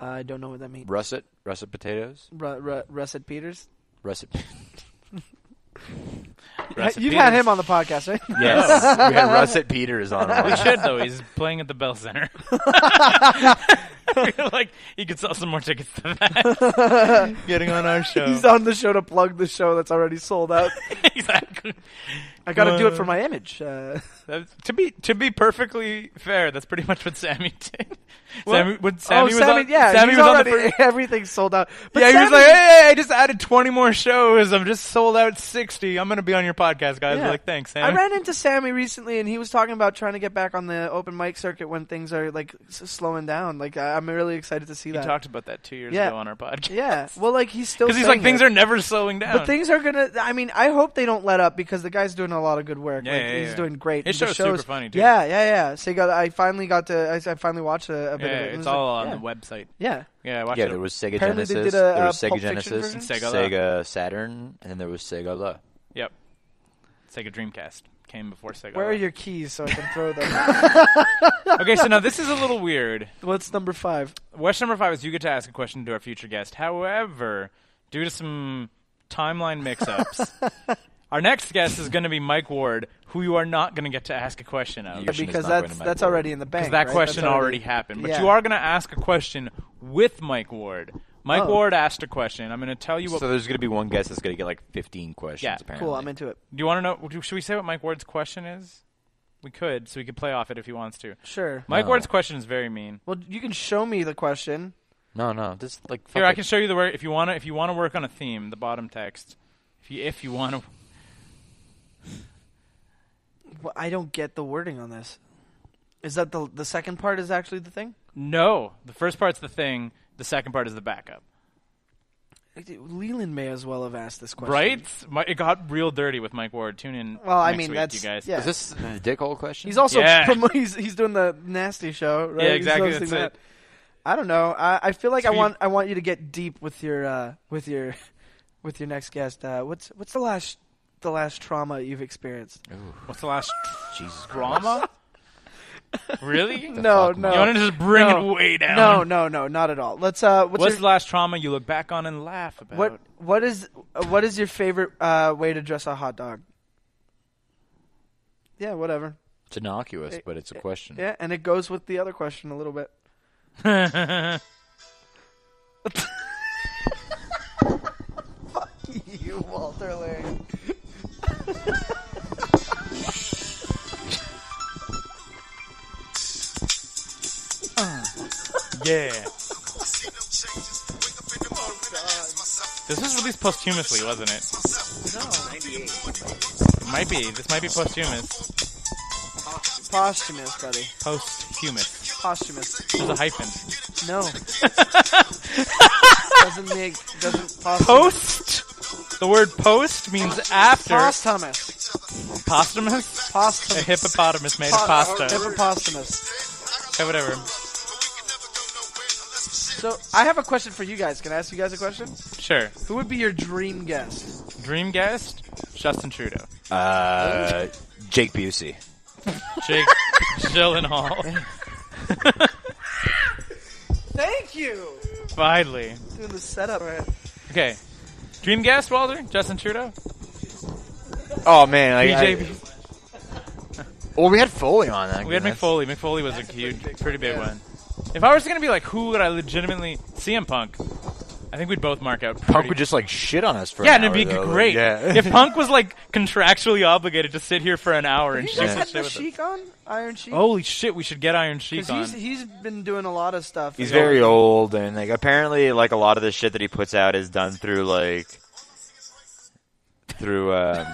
D: I don't know what that means.
E: Russet? Russet potatoes?
D: Ru- ru- Russet Peters.
E: Russet.
B: Russet
D: You've had
B: Peters.
D: him on the podcast, right?
E: Yes. we had Russet Peters on.
B: We
E: one.
B: should though. He's playing at the Bell Center. I feel like he could sell some more tickets to that. Getting on our show.
D: He's on the show to plug the show that's already sold out.
B: exactly.
D: I got to do it for my image. Uh,
B: That- to be to be perfectly fair, that's pretty much what Sammy did. Sammy, when
D: oh,
B: Sammy was
D: Sammy,
B: on,
D: yeah,
B: Sammy
D: he's
B: was on
D: already,
B: the first,
D: everything's sold out. But
B: yeah, he was
D: Sammy-
B: like, "Hey, I just added twenty more shows. I'm just sold out sixty. I'm gonna be on your podcast, guys."
D: Yeah.
B: We're like, thanks, Sammy.
D: I ran into Sammy recently, and he was talking about trying to get back on the open mic circuit when things are like s- slowing down. Like I- I'm really excited to see
B: we
D: that.
B: talked about that two years
D: Yeah.
B: ago on our podcast.
D: yeah, well, like he's still
B: Because he's like,
D: saying
B: things
D: it.
B: are never slowing down.
D: But things are gonna. I mean, I hope they don't let up because the guy's doing a lot of good work.
B: Yeah,
D: like,
B: yeah,
D: he's
B: yeah.
D: doing great.
B: His
D: and the
B: show's super funny, too.
D: Yeah, yeah, yeah. So you got. I finally got to. I, I finally watched a, a
B: yeah,
D: bit of it. and
B: it's
D: it was
B: all
D: like,
B: on
D: yeah.
B: the website.
D: Yeah.
B: Yeah, I watched
E: Yeah,
B: it.
E: there was Sega
D: Apparently they
E: Genesis.
D: did a,
E: there was
D: uh, Pulp
E: Sega
D: Fiction
E: Genesis,
D: version?
B: Sega La.
E: Sega Saturn, and then there was Sega La.
B: Yep. Sega Dreamcast came before Sega.
D: Where are
B: Live.
D: your keys so I can throw them?
B: okay, so now this is a little weird.
D: What's number five?
B: Question number five is you get to ask a question to our future guest. However, due to some timeline mix-ups, our next guest is going to be Mike Ward, who you are not going to get to ask a question of.
E: You should- Question is
D: Because
E: not
D: that's
E: going to my
D: that's
E: board.
D: already in the bank.
B: Because that
D: right?
B: question
D: That's
B: already, happened. But
D: Yeah.
B: you are going to ask a question with Mike Ward. Mike
D: Oh.
B: Ward asked a question. I'm going to tell you what.
E: So there's going to be one guest that's going to get like 15 questions,
B: Yeah.
E: apparently.
D: Cool. I'm into it.
B: do you want to know? do- Should we say what Mike Ward's question is? We could, so we could play off it if he wants to.
D: Sure.
B: Mike
E: No.
B: Ward's question is very mean.
D: Well, you can show me the question.
E: No, no, just like fuck
B: Here, I
E: it.
B: can show you the word if you want to. If you want to work on a theme, the bottom text. If you if you want to.
D: Well, I don't get the wording on this. Is that the the second part is actually the thing?
B: No, the first part's the thing. The second part is the backup.
D: Leland may as well have asked this question.
B: Right? Mi- It got real dirty with Mike Ward. Tune in.
D: Well, I
B: next
D: mean
B: week,
D: that's
B: you guys.
D: Yeah.
E: Is this the dickhole question?
D: He's also
B: Yeah.
D: promo- he's he's doing the nasty show, right?
B: Yeah,
D: He's
B: exactly.
D: hosting
B: That's
D: that. I don't know. I, I feel like
B: So
D: I
B: you-
D: want I want you to get deep with your uh, with your with your next guest. Uh, what's what's the last the last trauma you've experienced?
B: What's the last
E: Jesus
B: drama? really?
E: The
D: No,
E: fuck,
D: no.
B: You
E: Mike?
B: want to just bring
D: No.
B: it way down?
D: No, no, no, not at all. Let's uh, what's,
B: What's
D: your,
B: the last trauma you look back on and laugh about?
D: what what is uh, what is your favorite uh, way to dress a hot dog? Yeah, whatever.
E: It's innocuous, but it's a question.
D: Yeah, and it goes with the other question a little bit. You Walter Lane.
B: Yeah. This was released posthumously, wasn't it? Might be. This might be posthumous.
D: Posthumous, buddy.
B: Posthumous.
D: Posthumous.
B: There's a hyphen.
D: No. doesn't make doesn't posthumous.
B: Post. The word post means after.
D: Posthumous.
B: Posthumous. A
D: Posthumous.
B: hippopotamus made of
D: Po-
B: pasta.
D: Hippopotamus.
B: Yeah, whatever.
D: So I have a question for you guys. Can I ask you guys a question?
B: Sure.
D: Who would be your dream guest?
B: Dream guest. Justin Trudeau.
G: Uh, Jake Busey.
B: Jake Gyllenhaal.
D: Thank you.
B: Finally.
D: Doing the setup. Right.
B: Okay. Dream guest, Walter? Justin Trudeau?
G: Oh man, like,
B: BJ
G: I- well, we had Foley on that.
B: We had
G: that's-
B: McFoley. McFoley was a huge, pretty big one. If I was gonna be like, who would I legitimately CM Punk? I think we'd both mark out.
G: Punk
B: pretty-
G: would just like shit on us for
B: yeah,
G: an
B: and it'd be
G: hour, though, like,
B: great.
G: yeah.
B: If Punk was like contractually obligated to sit here for an hour and
D: You
B: shoot
D: guys
B: some
D: had
B: shit
D: the
B: with us.
D: Sheik on Iron Sheik.
B: Holy shit, we should get Iron Sheik on.
D: because he's he's been doing a lot of stuff.
E: He's very old, and like apparently, like a lot of the shit that he puts out is done through like through. Um,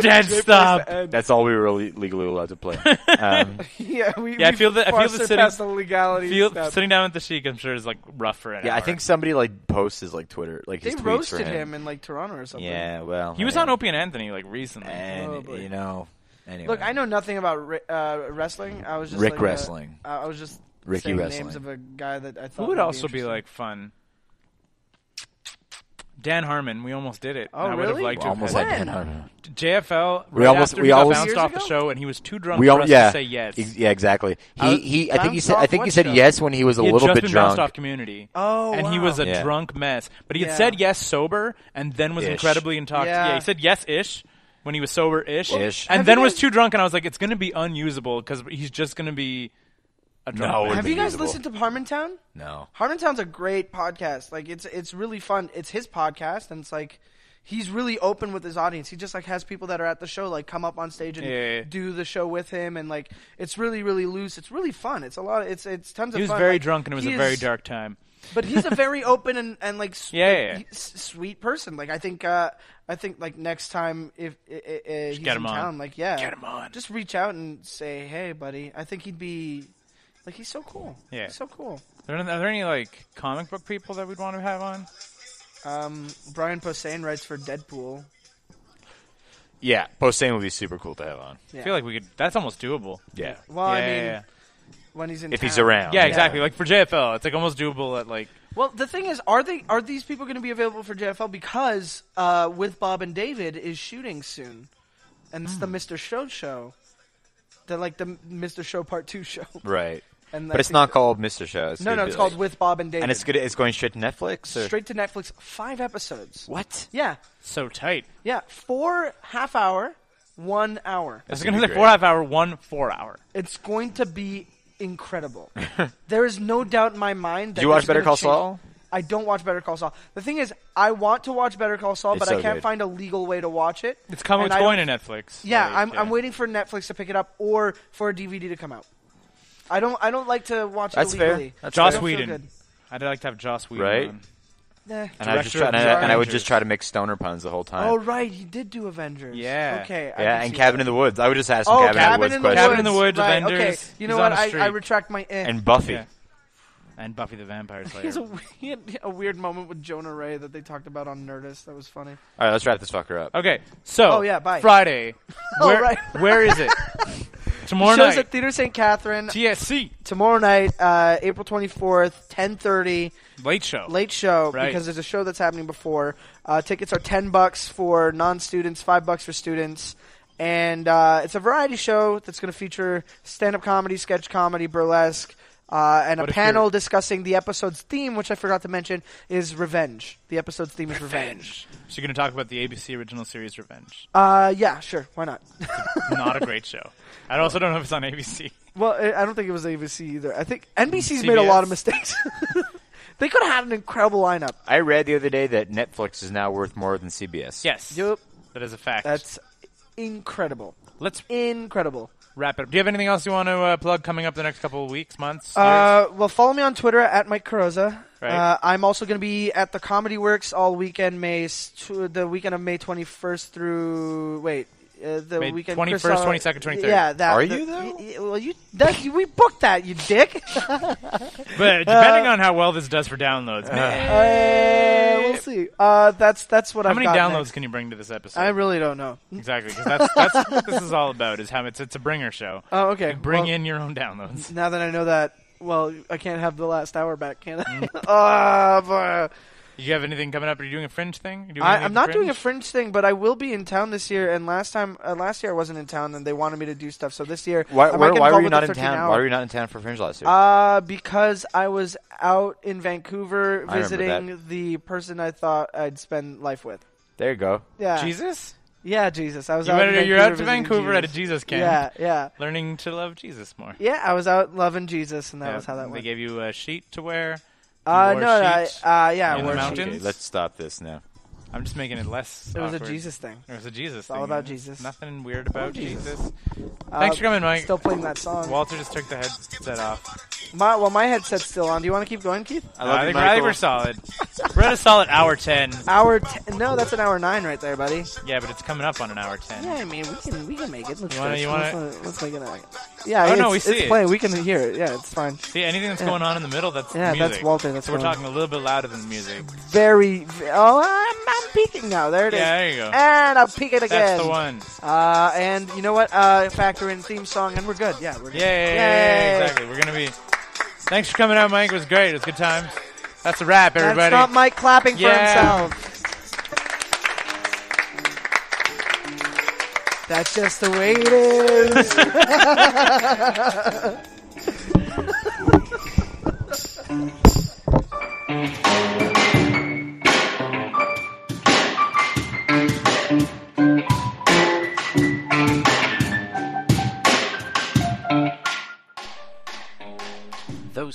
B: Dead stop.
E: that's all we were le- legally allowed to play. Um,
D: yeah, we,
B: Yeah, I
D: we
B: feel that- I feel
D: far
B: the
D: surpassed
B: sitting-
D: the legality.
B: Feel,
D: stuff.
B: sitting down with the Sheik, I'm sure is like rough for an
E: yeah,
B: hour.
E: I think somebody like posts his like Twitter, like
D: they
E: his tweets for
D: roasted
E: him.
D: him in like Toronto or something.
E: yeah, well,
B: he was
E: I
B: on
E: mean,
B: Opie and Anthony like recently.
G: And
D: Probably.
G: you know, anyway.
D: Look, I know nothing about ri- uh, wrestling. I was just
G: Rick
D: like, uh,
G: wrestling.
D: I I was just
G: Ricky
D: saying
G: wrestling.
D: names of a guy that I thought
B: Who would
D: might
B: also be
D: interesting.
B: like fun? Dan Harmon, we almost did it.
D: Oh,
B: I would have
D: really?
B: liked to have
G: almost
B: had
G: like
D: When?
G: Dan Harmon.
B: JFL. Right
G: We almost-
B: after
G: we
B: he got
G: almost-
B: bounced
D: Years
B: off the
D: ago?
B: show, and he was too drunk
G: We
B: for
G: all,
B: us
G: yeah,
B: to say yes.
G: Ex- yeah, exactly. He,
D: Uh,
G: he. I think he
D: bounced
G: said. I
D: off
G: think he
D: what
G: said
D: show?
G: yes when he was a
B: He had
G: little
B: just
G: bit
B: been bounced off
G: drunk.
B: Community,
D: Oh,
B: and he
D: wow.
B: was a
G: Yeah.
B: drunk mess. But he had
D: Yeah.
B: said yes sober, and then was
G: Ish.
B: incredibly intoxicated. Yeah.
D: Yeah.
B: he said yes ish when he was sober ish,
G: Ish.
B: and
D: Have
B: then
D: you
B: was
D: guys-
B: too drunk, and I was like, it's going to be unusable because he's just going to be a
G: No, it
B: drunk. mess.
G: would've
D: Have you guys
G: usable.
D: listened to Harmontown?
G: No.
D: Harmontown's a great podcast. Like it's it's really fun. It's his podcast, and it's like he's really open with his audience. He just like has people that are at the show like come up on stage and
B: Yeah, yeah, yeah.
D: do the show with him, and like it's really really loose. It's really fun. It's a lot. Of, it's it's tons
B: he
D: of.
B: was
D: fun.
B: very
D: Like,
B: drunk, and it was
D: he
B: a
D: is-
B: very dark time.
D: But he's a very open and and like, s-
B: Yeah,
D: like,
B: yeah, yeah.
D: he- s- sweet person. Like I think uh I think like next time if i i i- he's
B: get him
D: in
B: on.
D: town, like yeah,
B: Get him on.
D: Just reach out and say hey, buddy. I think he'd be. Like he's so cool.
B: Yeah.
D: he's so cool.
B: Are there, are there any like comic book people that we'd want to have on?
D: Um, Brian Posehn writes for Deadpool.
E: Yeah, Posehn would be super cool to have on.
B: I feel like we could. That's almost doable.
E: Yeah,
D: Well, I
B: Yeah,
D: mean,
B: yeah, yeah.
G: Oh,
D: when he's in,
E: if he's
D: town.
E: around.
B: Yeah, exactly. Like for JFL, it's like almost doable at like
D: Well, the thing is, are they are these people going to be available for JFL because uh, with Bob and David is shooting soon, and it's
E: Hmm.
D: the Mister Show show, the like the Mister Show Part Two show,
E: Right.
D: and
E: But
D: I
E: it's
D: think-
E: not called Mr. Show.
D: No,
E: gonna
D: no,
E: be
D: it's called
E: like-
D: with Bob and David,
E: And it's good. It's going straight to Netflix. Or?
D: straight to Netflix. Five episodes.
E: What?
D: Yeah,
B: so tight.
D: yeah, four half hour, one hour.
B: It's
E: gonna
B: gonna
E: be
B: be
E: great.
B: four half hour, one four hour.
D: It's going to be incredible. there is no doubt in my mind. That
E: Did you watch
D: it's
E: Better
D: gonna
E: Call
D: change-
E: Saul?
D: I don't watch Better Call Saul. The thing is, I want to watch Better Call Saul,
E: It's
D: but
E: so
D: I can't
E: good.
D: find a legal way to watch it.
B: It's coming.
D: And
B: It's
D: I
B: going
D: don't-
B: to Netflix.
D: Yeah,
B: Like,
D: I'm, I'm waiting for Netflix to pick it up or for a DVD to come out. I don't. I don't like to watch
E: That's
D: it
E: fair.
D: illegally.
E: That's
B: Joss
E: fair.
D: I don't feel
B: Whedon.
D: good.
B: I'd like to have Joss Whedon.
E: Right?
B: on.
D: Eh.
E: And I, just
B: Director
E: try,
B: of
E: and, I, and I would
B: Avengers.
E: just try to make stoner puns the whole time.
D: Oh right, he did do Avengers.
B: Yeah.
D: Okay. I
E: yeah,
D: can
E: and
D: see
E: Cabin
D: that.
E: in the Woods. I would just ask him
D: Oh,
E: Cabin, in the Woods
B: Cabin in the
E: questions.
B: Woods,
D: right,
B: Avengers.
D: Okay. You
B: He's
D: know
B: on
D: what?
B: a
D: I, I
B: streak.
D: retract my. Eh.
E: and Buffy.
B: Yeah. And Buffy the Vampire Slayer.
D: There's a weird, a weird moment with Jonah Ray that they talked about on Nerdist. That was funny.
E: All right, let's wrap this fucker up.
B: okay, so
D: Oh, yeah, bye.
B: Friday.
D: Oh,
B: Where,
D: right.
B: where is it? Tomorrow
D: Shows
B: night.
D: at Theater St. Catherine
B: TSC
D: tomorrow night, uh, April 24th, 10:30,
B: late show.
D: late show
B: Right.
D: because there's a show that's happening before. Uh, tickets are 10 bucks for non-students, 5 bucks for students. And uh, it's a variety show that's going to feature stand-up comedy, sketch comedy, burlesque, uh, and
B: What
D: a
B: if you're-
D: panel discussing the episode's theme, which I forgot to mention is revenge. The episode's theme is revenge.
B: So you're gonna talk about the ABC original series Revenge.
D: Uh, yeah, sure, why not?
B: Not a great show. I also don't know if it's on ABC.
D: Well, I I don't think it was ABC either. I think NBC's made a
B: CBS?
D: lot of mistakes. they could have had an incredible lineup.
E: I read the other day that Netflix is now worth more than CBS.
B: Yes,
D: Yep,
B: that is a fact.
D: that's incredible,
B: Let's
D: incredible.
B: wrap it up. Do you have anything else you want to uh, plug coming up the next couple of weeks, months? years?
D: Uh, well, follow me on Twitter at Mike Carosa.
B: Right.
D: Uh, I'm also going to be at the Comedy Works all weekend, May s- tw- the weekend of May 21st through wait. Uh, the
B: May
D: weekend
B: 21st,
D: Chris Sala-
B: 22nd, 23rd.
D: Yeah, that.
E: Are
D: the-
E: you, though?
D: y- y- well, you. That, you- we booked that, you dick.
B: but depending on how well this does for downloads, man,
D: Uh, we'll see. Uh, that's that's what
B: how
D: I've
B: many
D: got
B: downloads
D: next.
B: can you bring to this episode?
D: I really don't know.
B: exactly, because that's, that's what this is all about. Is how it's it's a bringer show.
D: Oh, okay.
B: Bring
D: well,
B: in your own downloads.
D: Now that I know that, well, I can't have the last hour back, can
E: Mm.
D: I? Ah, boy.
B: You have anything coming up? Are you doing a fringe thing? You doing
D: I,
B: anything
D: I'm
B: for
D: not doing a
B: Fringe?
D: fringe thing, but I will be in town this year. And last time, uh, last year I wasn't in town, and they wanted me to do stuff. So this year,
E: Why,
D: I might
E: where,
D: get
E: why were
D: involved
E: you
D: with the
E: not in
D: 13
E: town?
D: hour.
E: Why were you not in town for Fringe last year?
D: Uh, because I was out in Vancouver
E: I remember that.
D: visiting the person I thought I'd spend life with.
E: there you go.
D: Yeah,
B: Jesus.
D: yeah, Jesus. I was.
B: You
D: out in
B: went- you're
D: Vancouver
B: out to
D: visiting
B: Vancouver at a
D: Jesus.
B: Jesus camp,
D: Yeah, yeah,
B: learning to love Jesus more.
D: yeah. I was out loving Jesus, and that was how that
B: they
D: went.
B: gave you a sheet to wear.
D: Uh,
B: wore
D: no, no, I,
B: sheets
D: uh, yeah, I
B: in
D: wore
B: the
D: sheets.
B: mountains.
E: Okay, let's stop this now.
B: I'm just making it less.
D: It was a
B: awkward.
D: Jesus thing.
B: It was a Jesus. It's
D: all about Jesus.
B: Nothing weird about Jesus.
D: Jesus.
B: Thanks
D: Uh,
B: for coming, Mike.
D: Still playing that song.
B: Walter just took the headset off.
D: My, well, my headset's still on. Do you want to keep going, Keith?
E: I love
B: I
E: you,
B: think, I think
E: Michael.
B: we're solid. We're at a solid hour ten.
D: Hour ten? No, that's an hour nine right there, buddy.
B: Yeah, but it's coming up on an hour ten.
D: Yeah, I mean, we can we can make it. Let's,
B: You wanna-
D: let's,
B: you wanna-
D: let's, let's make it. Like, yeah,
B: Oh,
D: it's,
B: no, we see
D: it's
B: it.
D: playing. We can hear it. Yeah, it's fine.
B: See anything that's going on in the middle? That's
D: Yeah,
B: music.
D: that's Walter, that's
B: so we're
D: going on.
B: talking a little bit louder than the music.
D: Very. ve- Oh, I'm, I'm peeking now. There it is.
B: Yeah, there you go.
D: And I'll peek it again.
B: That's the one.
D: Uh, and you know what? Uh, factor in theme song, and we're good. Yeah, we're good.
B: Yeah, yeah, yeah, yeah, exactly. We're gonna be. Thanks for coming out, Mike. It was great. It was good times. That's a wrap,
D: That's
B: everybody.
D: not Mike clapping
B: Yeah.
D: for himself. That's just the way it is.
H: Those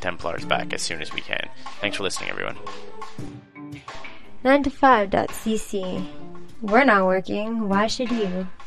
H: Templars back as soon as we can. Thanks for listening, everyone.
A: 9to5.cc. We're not working. Why should you?